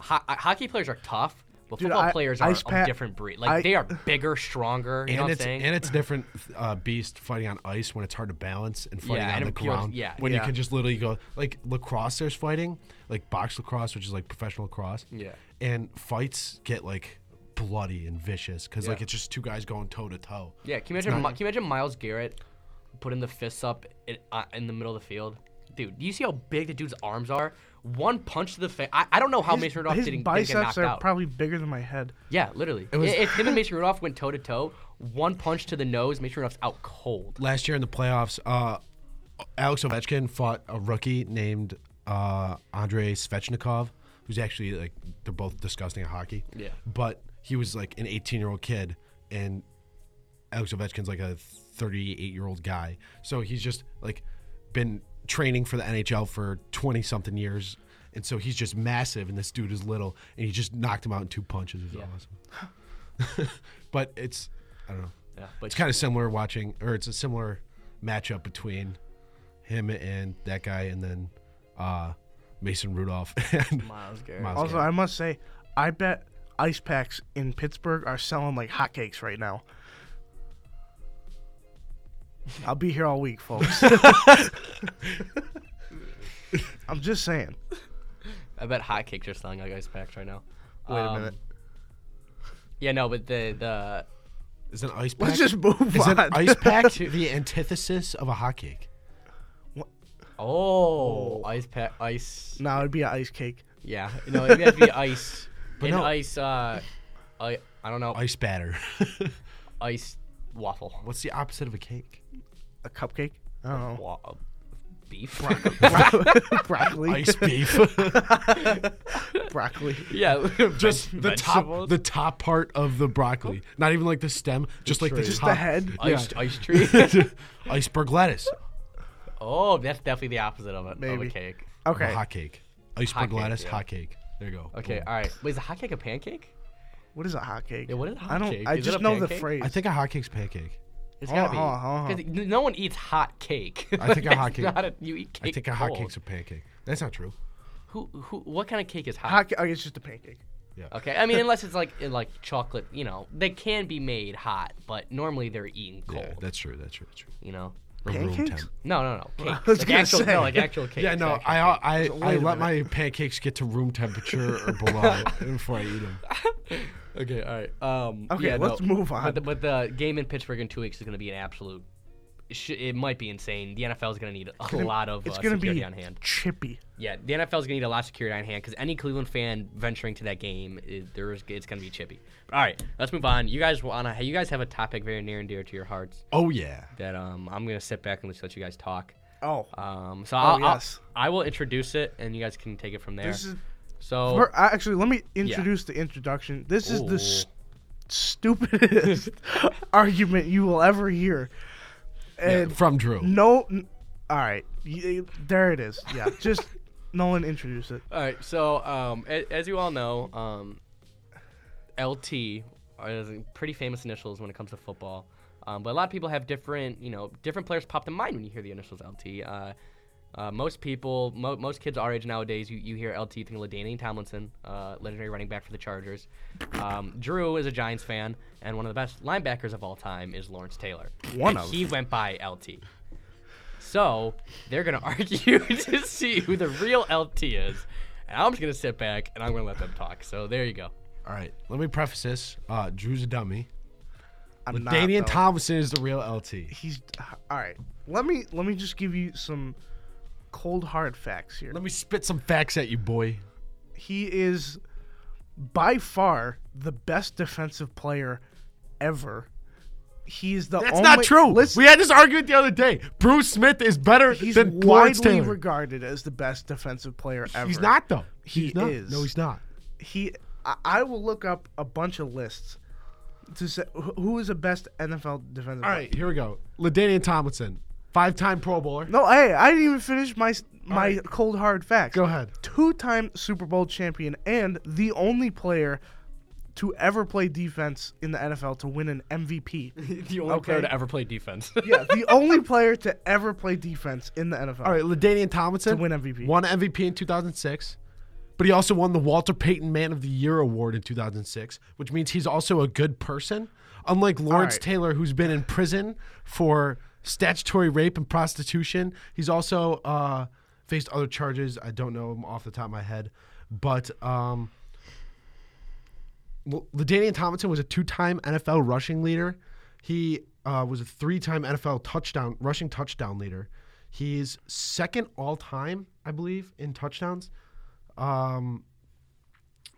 A: ho- hockey players are tough. But
B: Dude,
A: football
B: I-
A: players are
B: ice
A: a
B: pack-
A: different breed. Like
B: I-
A: they are bigger, stronger. You know
C: and
A: what I'm
C: it's
A: saying?
C: and it's different uh, beast fighting on ice when it's hard to balance and fighting
A: Yeah,
C: on
A: and
C: the
A: it feels-
C: ground.
A: yeah.
C: when
B: Yeah.
C: you can just literally go like lacrosse. There's fighting like box lacrosse, which is like professional lacrosse.
A: Yeah.
C: and fights get like bloody and vicious because like
A: Yeah.
C: it's just two guys going toe to toe.
A: Yeah, can you imagine? Mi- can you imagine Miles Garrett putting the fists up in, uh, in the middle of the field? Dude, do you see how big the dude's arms are? One punch to the face. I, I don't know how Mason Rudolph
B: his
A: didn't, didn't get
B: biceps
A: knocked
B: are
A: out.
B: probably bigger than my head.
A: yeah, literally.
C: was-
A: I- if him and Mason Rudolph went toe to toe, one punch to the nose, Mason Rudolph's out cold.
C: Last year in the playoffs, uh, Alex Ovechkin fought a rookie named uh, Andrei Svechnikov, who's actually like they're both disgusting at hockey.
A: Yeah.
C: but he was like an 18 year old kid, and Alex Ovechkin's like a 38 year old guy. So he's just like been training for the NHL for 20 something years. And so he's just massive, and this dude is little, and he just knocked him out in two punches. It was awesome. but it's, I don't know.
A: Yeah, but
C: It's kind of similar watching, or it's a similar matchup between him and that guy, and then uh, Mason Rudolph and
A: Miles Garrett.
B: Also,
C: Garrett.
B: I must say, I bet ice packs in Pittsburgh are selling like hotcakes right now. I'll be here all week, folks. I'm just saying.
A: I bet hot kicks are selling out guys' packs right now.
B: Wait a
A: Um,
B: minute.
A: Yeah, no, but the the
C: is an ice pack.
B: Let's just move
C: is
B: on.
C: an ice pack the antithesis of a hotcake?
A: oh, ice pack ice.
B: no, it'd be an ice cake.
A: Yeah, no, it has to be ice.
C: But
A: an
C: no.
A: ice. Uh, I I don't know.
C: Ice batter.
A: ice waffle.
C: What's the opposite of a cake?
B: A cupcake? I don't know.
A: Wa- uh, beef.
B: broccoli.
C: Ice beef.
B: Broccoli.
A: yeah,
C: just the
A: vegetables.
C: top, the top part of the broccoli. Not even like the stem, just like the
A: tree.
B: Just
C: top.
B: the head.
A: ice, ice tree.
C: Iceberg lettuce.
A: oh, that's definitely the opposite of a, of a
B: Maybe.
A: cake.
B: Okay.
C: Hot cake. Iceberg
A: Hotcake,
C: lettuce.
A: yeah.
C: Hot cake. There you go.
A: Okay,
C: Boom.
A: all right. Wait, is a hot cake a pancake?
B: What is a hotcake?
A: Yeah, what is a
B: I don't.
A: hotcake?
B: I
A: Is it
B: just
A: a
B: know the
A: pancake?
B: phrase.
C: I think a hotcake's pancake.
A: It's
B: Hold
A: gotta
B: on, hold on, hold on,
A: be.
B: hold
A: 'Cause n- no one eats hot cake.
C: I think a
A: That's
C: hot cake-
A: Not a, you eat
C: I
A: cake.
C: think a hot
A: cold.
C: cake's a pancake. That's not true.
A: Who, who, what kind of cake is hot?
B: Hot, ca- okay, it's just a pancake.
C: Yeah.
A: Okay, I mean, unless it's like in like chocolate, you know, they can be made hot, but normally they're eaten cold.
C: Yeah, that's true. That's true. That's true.
A: you know,
C: Or room
B: Pancakes?
C: temp.
A: no, no, no, cake.
B: was
A: like
B: gonna
A: actual,
B: say.
A: no, like actual cake.
C: Yeah, no,
A: Actual-
C: I I, I
B: a
C: let my pancakes get to room temperature or below before I eat them.
A: Okay, all right. Um,
B: Okay,
A: yeah,
B: let's
A: no,
B: move on.
A: But the, but the game in Pittsburgh in two weeks is going to be an absolute. Sh- it might be insane. The NFL is going to need a lot of
B: It's
A: uh,
B: gonna
A: security
B: be
A: on hand.
B: chippy.
A: Yeah, the NFL is going to need a lot of security on hand because any Cleveland fan venturing to that game, is, there is it's going to be chippy. But all right, let's move on. You guys want to? You guys have a topic very near and dear to your hearts
C: Oh yeah.
A: that um, I'm going to sit back and just let you guys talk.
B: Oh,
A: Um, so I'll,
B: yes.
A: I'll, I will introduce it, and you guys can take it from there.
B: this is
A: so
B: Or, uh, actually, let me introduce the introduction. This is the st- stupidest argument you will ever hear. And
C: From Drew.
B: no, n- all right, y- y- there it is. Yeah, just Nolan introduce it.
A: All right. So, um, a- as you all know, um, LT are pretty famous initials when it comes to football. Um, but a lot of people have different, you know, different players pop to mind when you hear the initials LT. Uh, uh, most people, mo- most kids our age nowadays, you, you hear LT think of Ladainian Tomlinson, uh, legendary running back for the Chargers. Um, Drew is a Giants fan, and one of the best linebackers of all time is Lawrence Taylor.
B: One
A: And
B: of.
A: He went by LT. So they're gonna argue to see who the real LT is, and I'm just gonna sit back and I'm gonna let them talk. So there you go.
C: All right. Let me preface this. Uh, Drew's a dummy.
B: I'm not.
C: Damian
B: though.
C: Thompson is the real LT.
B: He's all right. Let me let me just give you some cold hard facts here.
C: Let me spit some facts at you, boy.
B: He is by far the best defensive player ever. He's the
C: That's
B: only,
C: not true.
B: Listen,
C: we had this argument the other day. Bruce Smith is better
B: He's
C: than Lawrence
B: widely
C: Taylor.
B: regarded as the best defensive player ever.
C: he's not though.
B: He
C: He's not.
B: is.
C: No, he's not.
B: He. I, I will look up a bunch of lists to say wh- who is the best NFL defensive.
C: All right, here we go. Ladainian Tomlinson, five-time Pro Bowler.
B: No, hey, I didn't even finish my s- my
C: right.
B: cold hard facts.
C: Go ahead.
B: Two-time Super Bowl champion and the only player to ever play defense in the NFL to win an MVP.
A: The only
B: player to
A: ever play defense.
B: yeah, the only player to ever play defense in the NFL.
C: All right, Ladainian Tomlinson
B: To win MVP.
C: Won MVP in 2006, but he also won the Walter Payton Man of the Year award in 2006, which means he's also a good person. Unlike Lawrence
B: right.
C: Taylor, who's been in prison for statutory rape and prostitution, he's also uh, faced other charges. I don't know him off the top of my head, but um, L- Ladainian Tomlinson was a two-time NFL rushing leader. He uh, was a three-time NFL touchdown rushing touchdown leader. He's second all-time, I believe, in touchdowns. Um,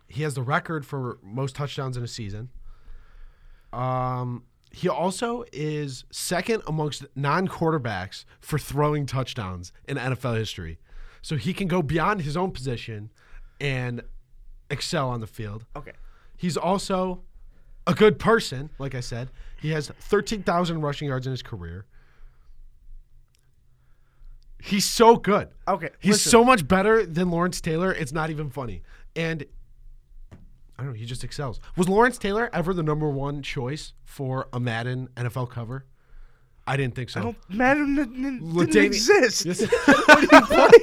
C: he has the record for most touchdowns in a season. Um, he also is second amongst non-quarterbacks for throwing touchdowns in NFL history. So he can go beyond his own position and excel on the field.
B: Okay.
C: He's also a good person, like I said. He has 13,000 rushing yards in his career. He's so good.
B: Okay.
C: He's
B: Uh, listen.
C: so much better than Lawrence Taylor. It's not even funny. And I don't know, he just excels. Was Lawrence Taylor ever the number one choice for a Madden NFL cover? I didn't think so.
B: I don't Madden didn't, didn't
C: Ladaini-
B: exist.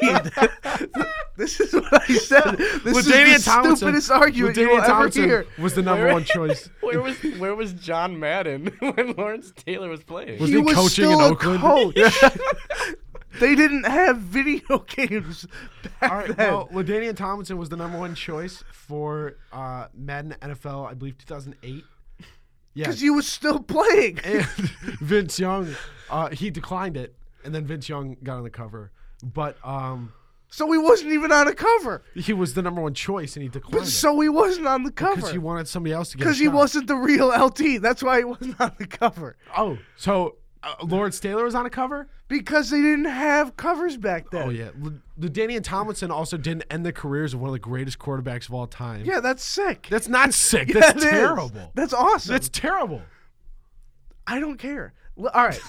C: Yes.
B: This is what I said. This
C: Ladainian
B: is the stupidest argument you
C: Ladainian
B: will ever
C: Tomlinson
B: hear.
C: was the number one choice.
A: where was where was John Madden when Lawrence Taylor was playing?
C: Was-
B: He
C: he
B: was
C: coaching
B: still
C: in
B: a
C: Oakland?
B: coach. they didn't have video games back
C: All right,
B: then.
C: well, Ladainian Tomlinson was the number one choice for uh, Madden NFL, I believe, 2008. Yeah,
B: because you was still playing.
C: and Vince Young, uh, he declined it, and then Vince Young got on the cover. But um,
B: So he wasn't even on a cover.
C: he was the number one choice, and he declined
B: But so he wasn't on the
C: it because he
B: cover.
C: wanted somebody else to get. a
B: Because he
C: shot.
B: wasn't the real LT. That's why he wasn't on the cover.
C: Oh, so uh, Lawrence Taylor was on a cover.
B: Because they didn't have covers back then.
C: Oh yeah, L- Ladainian Tomlinson also didn't end the careers of one of the greatest quarterbacks of all time.
B: Yeah, that's sick.
C: that's not sick.
B: Yeah,
C: that's
B: it is.
C: terrible.
B: That's awesome.
C: That's terrible.
B: I don't care. L- All right.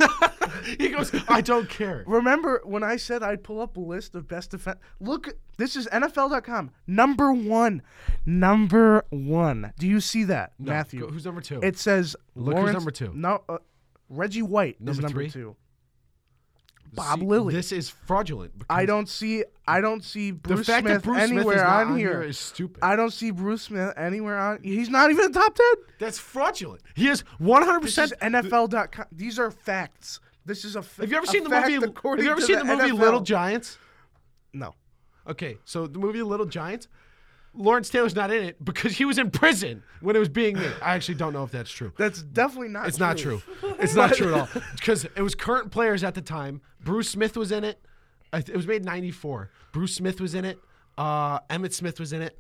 C: He goes, I don't care.
B: Remember when I said I'd pull up a list of best defense? Look, this is NFL.com. Number one. Number one. Do you see that,
C: No,
B: Matthew?
C: go- Who's number two?
B: it says
C: Look who's
B: Lawrence,
C: number two.
B: No, uh, Reggie White is
C: Number
B: number
C: three?
B: two. Bob
C: See,
B: Lilly.
C: This is fraudulent. because
B: I don't see I don't see
C: The
B: Bruce
C: fact
B: Smith
C: that Bruce
B: anywhere
C: Smith is not
B: on, here.
C: is stupid.
B: I don't see Bruce Smith anywhere on. He's not even in the top ten.
C: That's fraudulent. He is 100.
B: This is
C: percent
B: NFL.com. These are facts. This is a. F-
C: Have you ever
B: a
C: seen the
B: fact
C: movie? Have
B: according
C: you ever
B: to
C: seen the, movie
B: NFL.
C: Little Giants?
B: No.
C: Okay, so the movie Little Giants. Lawrence Taylor's not in it because he was in prison when it was being made. I actually don't know if that's true.
B: That's definitely not.
C: It's not true. It's not true at all. Because it was current players at the time. Bruce Smith was in it. I th- It was made in '94. Bruce Smith was in it. Uh, Emmett Smith was in it.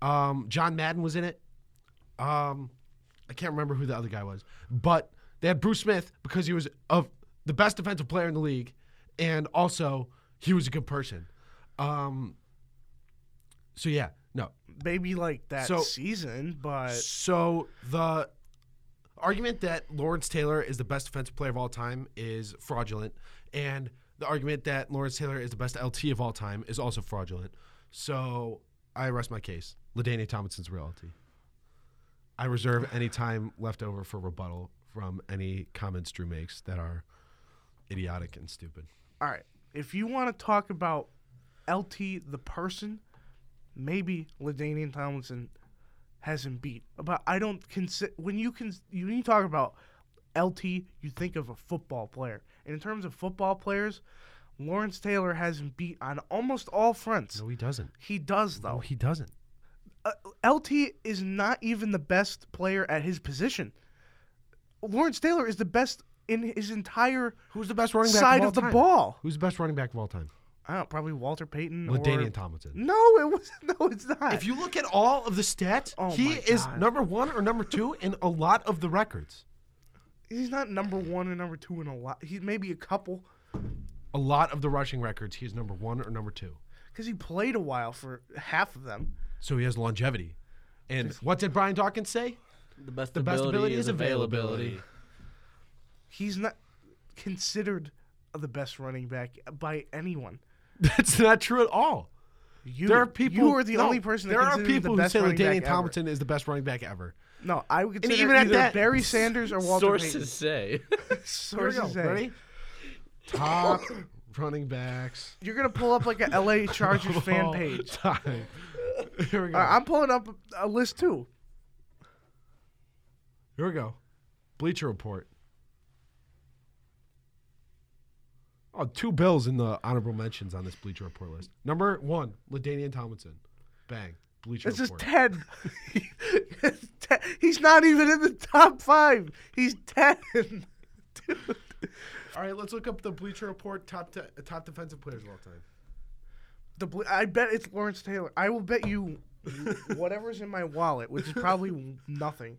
C: Um, John Madden was in it. Um, I can't remember who the other guy was, but they had Bruce Smith because he was of the best defensive player in the league, and also he was a good person. Um, so yeah, no,
B: Maybe like that
C: So-
B: season, but
C: so the argument that Lawrence Taylor is the best defensive player of all time is fraudulent, and the argument that Lawrence Taylor is the best LT of all time is also fraudulent. So I rest my case. Ladainian Tomlinson's real LT. I reserve any time left over for rebuttal from any comments Drew makes that are idiotic and stupid.
B: all right. If you want to talk about LT the person, maybe Ladainian Tomlinson hasn't beat. But I don't consider when you can when you talk about LT, you think of a football player. And in terms of football players, Lawrence Taylor hasn't beat on almost all fronts.
C: No, he doesn't.
B: He does though.
C: No, he doesn't.
B: uh, LT is not even the best player at his position. Lawrence Taylor is the best in his entire
C: Who's the best running back
B: side
C: of, all
B: of the
C: time?
B: ball.
C: Who's the best running back of all time?
B: I don't probably Walter Payton. or-
C: Ladainian Tomlinson.
B: No, it was no, it's not.
C: If you look at all of the stats,
B: Oh
C: he
B: my
C: is
B: God.
C: number one or number two in a lot of the records.
B: He's not number one and number two in a lot. He's maybe a couple
C: A lot of the rushing records, he is number one or number two.
B: because he played a while for half of them.
C: So he has longevity. And what did Brian Dawkins say?
A: The best,
C: The best ability is availability.
B: He's not considered the best running back by anyone.
C: That's not true at all.
B: You,
C: There are people.
B: You are the
C: no,
B: only person. That
C: There are
B: considers him
C: people
B: the
C: who
B: best
C: say
B: running back
C: Ladainian
B: ever.
C: Tomlinson is the best running back ever.
B: No, I would consider
C: even at
B: either
C: that-
B: Barry Sanders or Walter
A: Sources say.
B: Payton. Sources say.
C: Ready? Top running backs.
B: You're gonna pull up like a LA Chargers
C: of
B: fan
C: all
B: page.
C: time. Here we go.
B: All right, I'm pulling up a list too.
C: Here we go. Bleacher Report. Oh, two bills in the honorable mentions on this Bleacher Report list. Number one, Ladainian Tomlinson. Bang. Bleacher
B: This is
C: Report.
B: ten. It's 10. He's not even in the top five. He's ten. Dude.
C: All right, let's look up the Bleacher Report top te- top defensive players of all time.
B: The bl- I bet it's Lawrence Taylor. I will bet you whatever's in my wallet, which is probably nothing.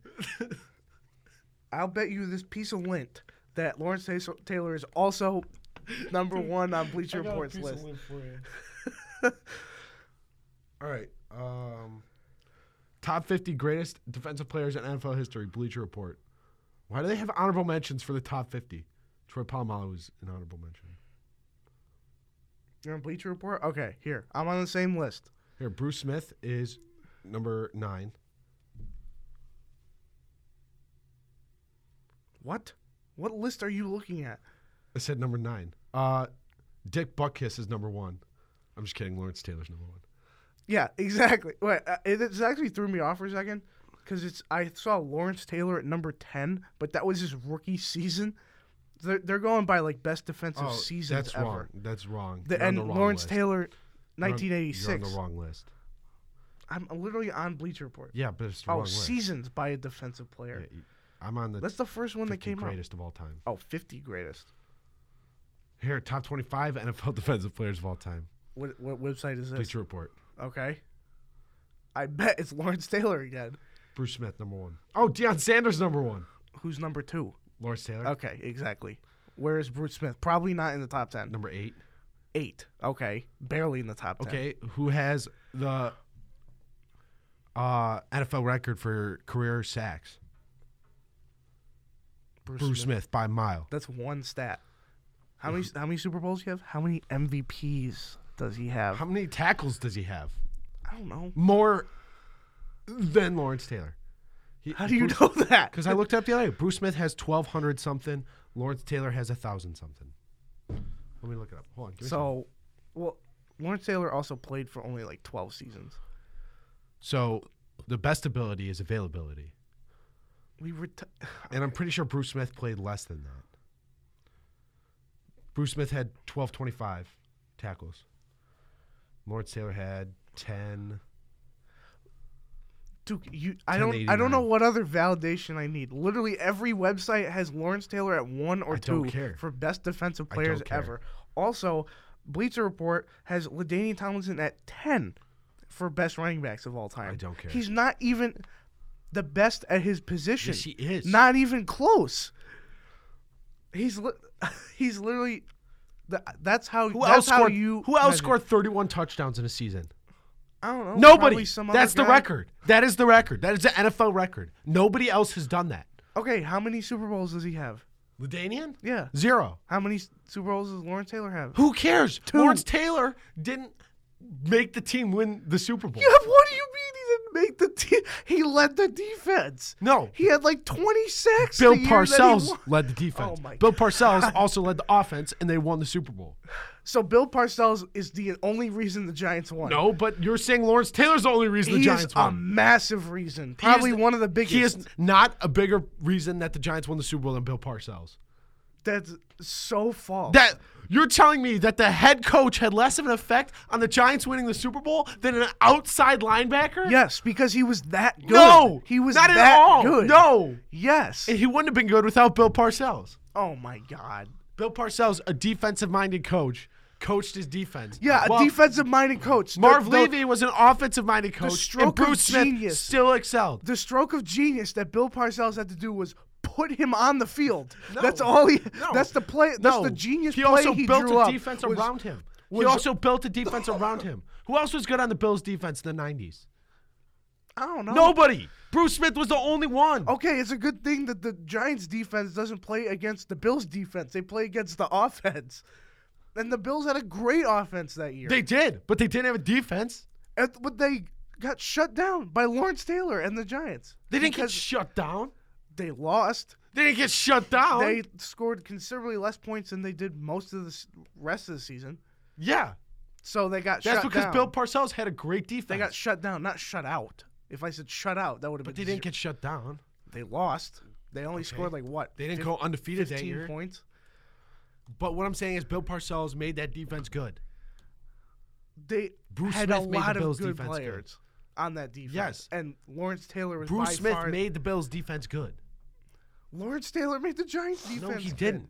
B: I'll bet you this piece of lint that Lawrence Tas- Taylor is also number one on Bleacher Report's list.
C: all right. Um, top 50 greatest defensive players in NFL history, Bleacher Report. Why do they have honorable mentions for the top 50? Troy Polamalu was an honorable mention.
B: You're on Bleacher Report? Okay, here. I'm on the same list.
C: Here, Bruce Smith is number nine.
B: What? What list are you looking at?
C: I said number nine. Uh, Dick Buckkiss is number one. I'm just kidding. Lawrence Taylor's number one.
B: Yeah, exactly. Wait, uh, it, it's actually threw me off for a second because it's I saw Lawrence Taylor at number ten, but that was his rookie season. They're, they're going by like best defensive seasons
C: Oh, that's
B: ever.
C: wrong. That's wrong.
B: Oh, The,
C: You're on
B: and
C: the wrong
B: Lawrence
C: list.
B: Taylor,
C: You're on-
B: nineteen eighty
C: You're on
B: six.
C: the wrong list.
B: I'm literally on Bleacher Report.
C: Yeah, but it's the
B: oh,
C: wrong list.
B: seasons by a defensive player.
C: Yeah, you- I'm on the
B: That's the first one that
C: 50
B: came out.
C: greatest of all time.
B: Oh, 50 greatest.
C: Here, top 25 NFL defensive players of all time.
B: What what website is this?
C: Bleacher Report.
B: Okay. I bet it's Lawrence Taylor again.
C: Bruce Smith number one. Oh, Deion Sanders number one.
B: Who's number two?
C: Lawrence Taylor
B: Okay, exactly. Where is Bruce Smith? Probably not in the top ten.
C: number eight.
B: Eight. Okay, barely in the top ten.
C: Okay, who has the uh, NFL record for career sacks?
B: Bruce,
C: Bruce
B: Smith.
C: Smith by a mile.
B: That's one stat. How many how many Super Bowls do you have? How many MVPs does he have?
C: How many tackles does he have?
B: I don't know.
C: More than Lawrence Taylor.
B: How do you know that?
C: Because I looked up the other day. Bruce Smith has twelve hundred something. Lawrence Taylor has a thousand something. Let me look it up. Hold on. Give me so,
B: So, well, Lawrence Taylor also played for only like 12 seasons.
C: so the best ability is availability,
B: We reti-
C: and I'm pretty sure Bruce Smith played less than that. Bruce Smith had twelve twenty five tackles. Lawrence Taylor had ten.
B: Dude, you I don't I don't know what other validation I need. Literally every website has Lawrence Taylor at 1 or 2
C: don't care.
B: for best defensive
C: don't
B: players
C: care.
B: ever. Also, Bleacher Report has LaDainian Tomlinson at 10 for best running backs of all time.
C: I don't care.
B: He's not even the best at his position.
C: Yes, he is.
B: Not even close. He's li- he's literally th- that's how
C: Who
B: that's
C: else
B: how
C: scored?
B: you
C: who else
B: measure-
C: scored 31 touchdowns in a season?
B: I don't know.
C: Nobody.
B: probably some other
C: That's the
B: guy.
C: record. That is the record. That is the NFL record. Nobody else has done that.
B: Okay, how many Super Bowls does he have?
C: Ladanian?
B: Yeah.
C: Zero.
B: How many s- Super Bowls does Lawrence Taylor have?
C: Who cares? Lawrence Taylor didn't make the team win the Super Bowl.
B: Yeah, what do you mean he didn't make the team? He led the defense.
C: No.
B: He had like 20 sacks.
C: Bill
B: the year that he
C: Parcells
B: won.
C: led the defense.
B: Oh my
C: Bill Parcells also led the offense, and they won the Super Bowl.
B: So Bill Parcells is the only reason the Giants won.
C: No, but you're saying Lawrence Taylor's the only reason
B: He
C: the
B: is
C: Giants
B: a
C: won.
B: massive reason. Probably
C: the-
B: one of the biggest.
C: He is not a bigger reason that the Giants won the Super Bowl than Bill Parcells.
B: That's so false.
C: That you're telling me that the head coach had less of an effect on the Giants winning the Super Bowl than an outside linebacker?
B: yes, because he was that good.
C: No,
B: He was
C: not
B: that
C: at all.
B: good.
C: No,
B: Yes.
C: and he wouldn't have been good without Bill Parcells.
B: oh my God.
C: Bill Parcells, a defensive-minded coach, coached his defense.
B: Yeah,
C: Well,
B: a defensive minded coach. The-
C: Marv
B: the-
C: Levy was an offensive-minded coach,
B: stroke
C: and
B: of
C: Bruce Smith
B: genius.
C: still excelled.
B: the stroke of genius that Bill Parcells had to do was put him on the field. that's all he. That's the play. That's
C: no.
B: the genius
C: He
B: play
C: also
B: he
C: built
B: drew
C: a
B: up.
C: defense
B: was-
C: around him. He
B: was-
C: also built a defense around him. Who else was good on the Bills' defense in the '90s?
B: I don't know.
C: Nobody. Bruce Smith was the only one.
B: Oh. Okay, it's a good thing that the Giants defense doesn't play against the Bills defense. They play against the offense. And the Bills had a great offense that year.
C: They did, but they didn't have a defense.
B: And- but they got shut down by Lawrence Taylor and the Giants.
C: They didn't get
B: Because
C: shut down.
B: they lost.
C: They didn't get shut down.
B: They scored considerably less points than they did most of the s- rest of the season.
C: yeah,
B: So they got
C: that's
B: shut
C: because
B: down.
C: Bill Parcells had a great defense.
B: They got shut down, not shut out. If I said shut out, that would have been.
C: but they didn't get shut down.
B: They lost. They only scored like what?
C: They didn't go undefeated that
B: 15
C: year.
B: points.
C: But what I'm saying is, Bill Parcells made that defense good.
B: They
C: Bruce
B: had a
C: Smith made the
B: lot of
C: Bills'
B: good
C: defense good.
B: players on that defense.
C: Yes.
B: and Lawrence Taylor was by
C: Bruce Smith
B: far-
C: made the Bills defense good.
B: Lawrence Taylor made the Giants defense.
C: No, he
B: good.
C: didn't.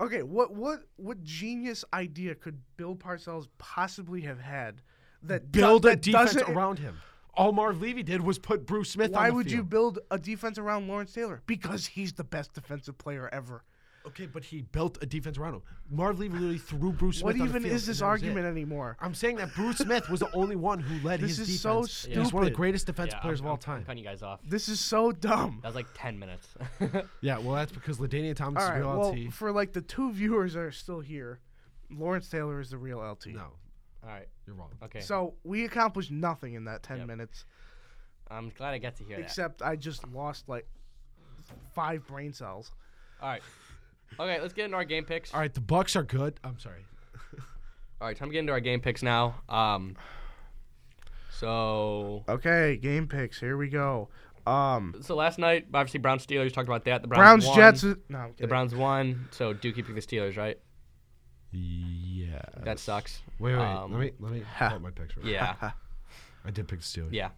B: Okay, what what what genius idea could Bill Parcells possibly have had that do-
C: Build a
B: that
C: defense
B: doesn't-
C: around him. All Marv Levy did was put Bruce Smith. on
B: Why
C: the
B: would you
C: field.
B: build a defense around Lawrence Taylor? Because he's the best defensive player ever.
C: Okay, but he built a defense around him. Marv Levy literally threw Bruce Smith.
B: What
C: on the
B: even
C: field,
B: is
C: and
B: this
C: that was it.
B: argument anymore?
C: I'm saying that Bruce Smith was the only one who led
B: This
C: his
B: is so
C: defense. He's one of the
B: stupid.
C: greatest defensive
A: Yeah,
C: players
A: I'm-
C: of all
A: I'm- I'm
C: time.
A: cutting you guys off. That
B: This is so dumb.
A: was like 10 minutes.
C: Yeah, well, that's because Ladainian Thomas
B: All
C: is
B: right.
C: real
B: Well,
C: LT.
B: for like the two viewers that are still here, Lawrence Taylor is the real LT.
C: No,
A: All right.
C: you're wrong.
A: Okay.
B: So we accomplished nothing in that ten
A: Yep.
B: minutes,
A: I'm glad I got to hear that.
B: except I just lost like five brain cells.
A: All right. Okay, let's get into our game picks.
C: All right, the Bucks are good. I'm sorry.
A: All right, time to get into our game picks now. Um, so,
B: Okay, game picks. Here we go. Um,
A: so last night, obviously Browns Steelers talked about that. The Browns,
B: Browns
A: won.
B: Jets. uh, is- No, I'm
A: The
B: kidding.
A: Browns won. So Dookie picked the Steelers, right?
C: Yeah.
A: That sucks.
C: Wait, wait.
A: Um,
C: let me let me pull up my picks. Right
A: Yeah,
C: I did pick the Steelers.
A: yeah.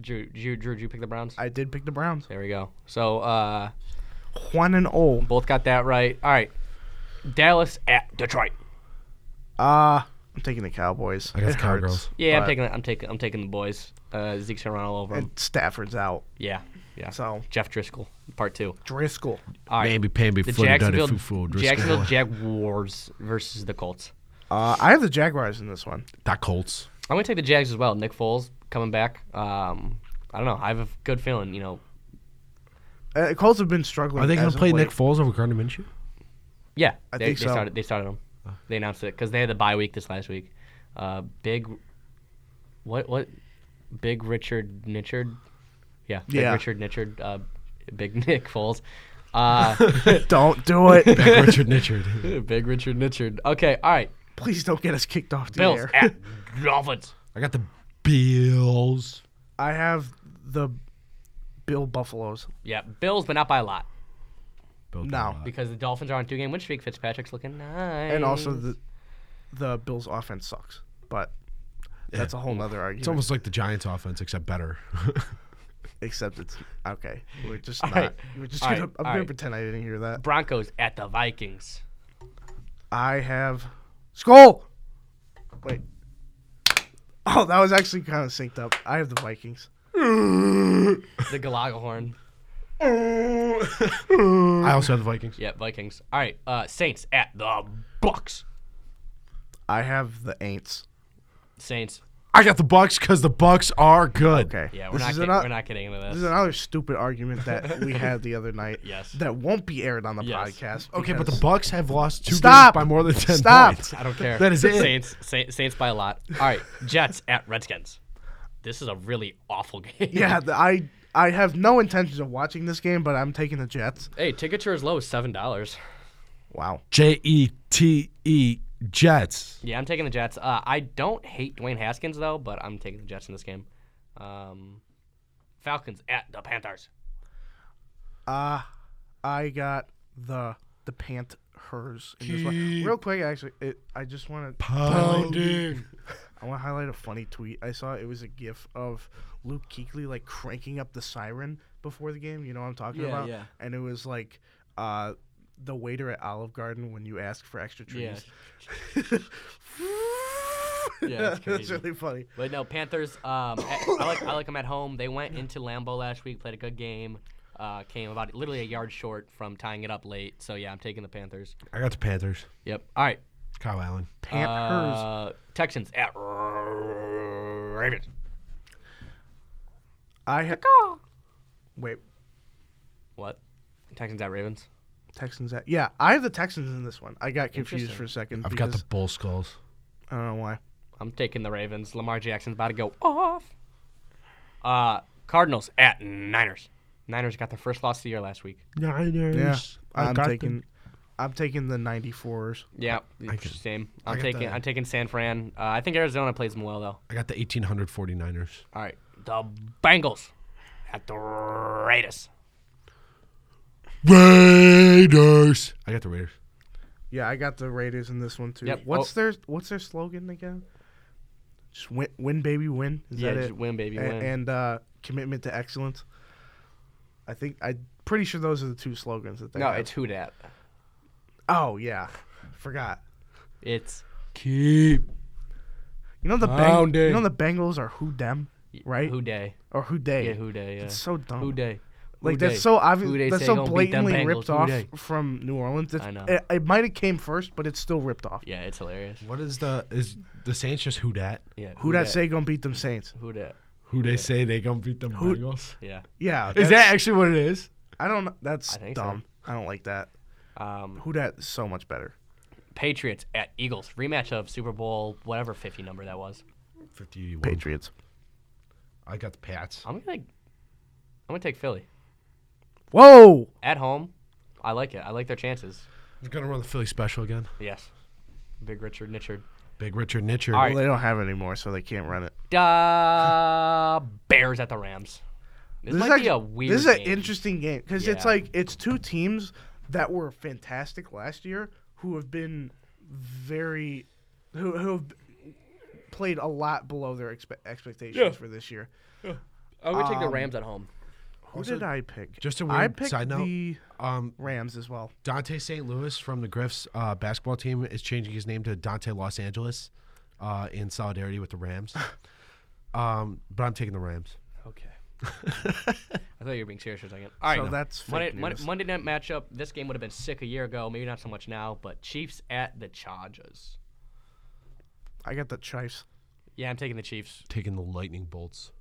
A: Drew, Drew, Drew, did you pick the Browns?
B: I did pick the Browns.
A: There we go. So, uh,
B: Juan and oh. O.
A: both got that right. All right, Dallas at Detroit.
B: Uh I'm taking the Cowboys.
C: I got
B: It hurts.
C: the Cowgirls.
A: Yeah, I'm
B: But-
A: taking, the- I'm taking, I'm taking the boys. Uh, Zeke's gonna run all over 'em.
B: And Stafford's out,
A: Yeah, yeah.
B: so
A: Jeff Driscoll, part two.
B: Driscoll.
A: All right.
C: Maybe Pamby
A: The
C: Footy Duddy
A: Jacksonville,
C: Foo Foo Driscoll.
A: Jacksonville Jaguars versus the Colts.
B: Uh, I have the Jaguars in this one.
C: That Colts.
A: I'm gonna take the Jags as well. Nick Foles coming back. Um, I don't know. I have a good feeling. You know,
B: Uh, Colts have been struggling.
C: Are they
B: going to
C: play Nick Foles over Gardner Minshew?
A: yeah,
B: I
A: they,
B: think
A: they
B: so.
A: started. They started them. They announced it because they had the bye week this last week. Uh, big, what what, big Richard Nichard, Yeah. Like
B: Yeah.
A: Richard Nichard, uh, Big Nick Foles. Uh,
B: Don't do it.
C: Richard Nichard.
A: big Richard Nichard. Okay. All right.
B: Please don't get us kicked off the
A: Bills
B: air.
A: at Dolphins.
C: I got the Bills.
B: I have the Bill Buffaloes.
A: Yeah. Bills, but not by a lot
C: Bill
B: No.
C: Gabbard.
A: because the Dolphins are on a two game win streak. Fitzpatrick's looking nice.
B: And also the the Bills offense sucks. But that's a whole nother argument.
C: It's almost like the Giants offense, except better.
B: except it's okay. We're just not.
A: right.
B: We're just
A: All
B: gonna,
A: right.
B: I'm
A: All
B: gonna
A: right.
B: pretend I didn't hear that.
A: Broncos at the Vikings.
B: I have skull. Wait. Oh, that was actually kind of synced up. I have the Vikings.
A: The Galagahorn.
C: I also have the Vikings.
A: Yeah, Vikings. All right. Uh, Saints at the Bucks.
B: I have the Aints.
A: Saints.
C: I got the Bucks because the Bucks are good.
B: Okay.
A: Yeah, we're
B: this
A: not,
B: is
A: get,
B: ano-
A: we're not getting into
B: This
A: this.
B: is another stupid argument that we had the other night.
A: Yes.
B: That won't be aired on the
A: Yes.
B: podcast.
C: Okay, but the
B: because-
C: Bucks have lost two
B: Stop.
C: games by more than ten
B: Stop.
C: points.
A: I don't care.
C: That is it.
A: Saints, Saints, Saints by a lot. All right, Jets at Redskins. This is a really awful game.
B: yeah, the, I I have no intentions of watching this game, but I'm taking the Jets.
A: Hey, tickets are as low as seven dollars.
B: Wow.
C: J E T E Jets.
A: Yeah, I'm taking the Jets. Uh, I don't hate Dwayne Haskins though, but I'm taking the Jets in this game. Um, Falcons at the Panthers.
B: Uh, I got the the pant hers. In this one. Real quick, actually, it, I just want to
C: Pounding.
B: I want to highlight a funny tweet I saw. It was a gif of Luke Kuechly like cranking up the siren before the game. You know what I'm talking
A: Yeah,
B: about?
A: yeah.
B: And it was like, uh, the waiter at Olive Garden when you ask for extra trees.
A: Yeah, that's
B: that's
A: crazy.
B: really funny.
A: But no, Panthers. Um, at- I like I like them at home. They went into Lambeau last week, played a good game. Uh, came about literally a yard short from tying it up late. So yeah, I'm taking the Panthers.
C: I got the Panthers.
A: Yep. All right.
C: Kyle Allen.
B: Pant hers.
A: Uh, Texans at Ravens.
B: I ha- wait.
A: What? Texans at Ravens.
B: Texans at yeah. I have the Texans in this one. I got confused
A: Interesting.
B: for a 2nd
C: I've got
B: because
C: the Bull Skulls.
B: I don't know why.
A: I'm taking the Ravens. Lamar Jackson's about to go off. Uh, Cardinals at Niners. Niners got their first loss of the year last week.
C: Niners.
B: Yeah,
C: I
B: I'm
C: got
B: taking,
C: the-
B: I'm taking the 94s.
A: Yeah,
C: get-
A: same. I'm
C: get
A: taking
C: that.
A: I'm taking San Fran. Uh, I think Arizona plays them well though.
C: I got the 1800 49ers.
A: All right, the Bengals at the Raiders.
C: Raiders. I got the Raiders.
B: Yeah, I got the Raiders in this one too.
A: Yep. Oh.
B: What's their What's their slogan again? Just win, win baby, win. Is
A: yeah,
B: that
A: just
B: it?
A: win, baby,
B: A-
A: win.
B: And, uh, commitment to excellence. I think I'm pretty sure those are the two slogans that they.
A: no,
B: have.
A: it's who dat.
B: oh yeah, forgot.
A: It's
C: Keep.
B: You
C: Oh,
B: know the Beng-
C: Pounding.
B: You know the Bengals are who dem, right?
A: who day.
B: or who day?
A: Yeah, who day. Yeah.
B: It's so dumb.
A: Who day.
B: Like
A: Who
B: that's
A: dey? Who
B: so
A: dey
B: obvious. That's
A: say
B: so
A: gonna beat them
B: blatantly
A: Bengals?
B: ripped
A: Who
B: off
A: dey?
B: from New Orleans. It's,
A: I know.
B: It, it might have came first, but it's still ripped off.
A: Yeah, it's hilarious.
C: What is the is the Saints just who dat?
A: Yeah.
B: Who that say gonna beat them Saints?
A: Who dat?
C: Who they say they gonna beat the Bengals?
A: Yeah.
B: Yeah,
C: Is
B: that's-
C: that actually what it is?
B: I don't. know. That's
A: I think so.
B: dumb. I don't like that.
A: Um,
B: Who dat is so much better.
A: Patriots at Eagles rematch of Super Bowl whatever fifty number that was.
C: 51.
B: Patriots.
C: I got the Pats.
A: I'm gonna I'm gonna take Philly
B: Whoa.
A: at home. I like it. I like their chances.
C: They're gonna run the Philly special again.
A: Yes, Big Richard Nichard.
C: Big Richard Nichard.
A: All
B: Well,
A: right.
B: they don't have it anymore, so they can't run it.
A: Da Bears at the Rams. This, might
B: actually-
A: be a weird.
B: This is an
A: game.
B: interesting game because it's
A: Yeah.
B: like it's two teams that were fantastic last year who have been very, who who have played a lot below their expe- expectations
A: Yeah.
B: for this year.
A: I would Oh, take
B: Um,
A: the Rams at home.
B: Who
C: Also,
B: did I pick?
C: just a
B: I
C: weird
B: picked
C: side note.
B: the
C: Um,
B: Rams as well.
C: Dante St. Louis from the Griffs uh, basketball team is changing his name to Dante Los Angeles uh, in solidarity with the Rams. um, but I'm taking the Rams.
A: Okay. I thought you were being serious for a second. All right.
B: So that's fake
A: Monday, Monday,
B: news.
A: Monday night matchup. This game would have been sick a year ago. Maybe not so much now, but Chiefs at the Chargers.
B: I got the Chiefs.
A: Yeah, I'm taking the Chiefs.
C: Taking the Lightning Bolts.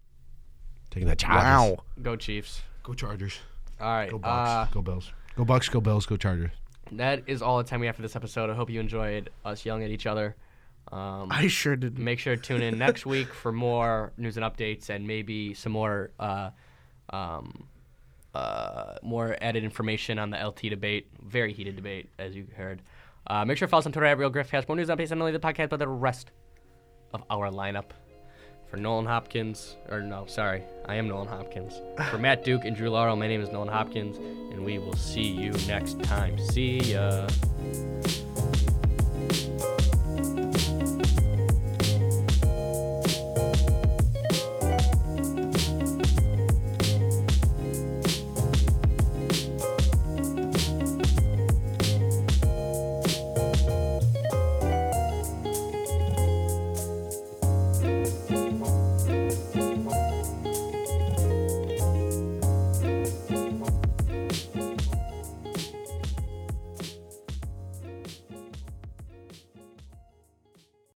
C: Taking the Chargers.
B: Wow.
A: Go Chiefs.
C: Go Chargers.
A: All right.
C: Go Bucks.
A: uh,
C: go Bills. Go Bucks. Go Bills. Go Chargers.
A: that is all the time we have for this episode. I hope you enjoyed us yelling at each other. Um,
B: I sure did. not
A: make sure to tune in next week for more news and updates and maybe some more uh, um, uh, more added information on the LT debate. Very heated debate, as you heard. Uh, make sure to follow us on Twitter at Real Griffcast. More news updates not only the podcast, but the rest of our lineup. For Nolan Hopkins, or no, sorry, I am Nolan Hopkins. For Matt Duke and Drew Laurel, my name is Nolan Hopkins, and we will see you next time. See ya.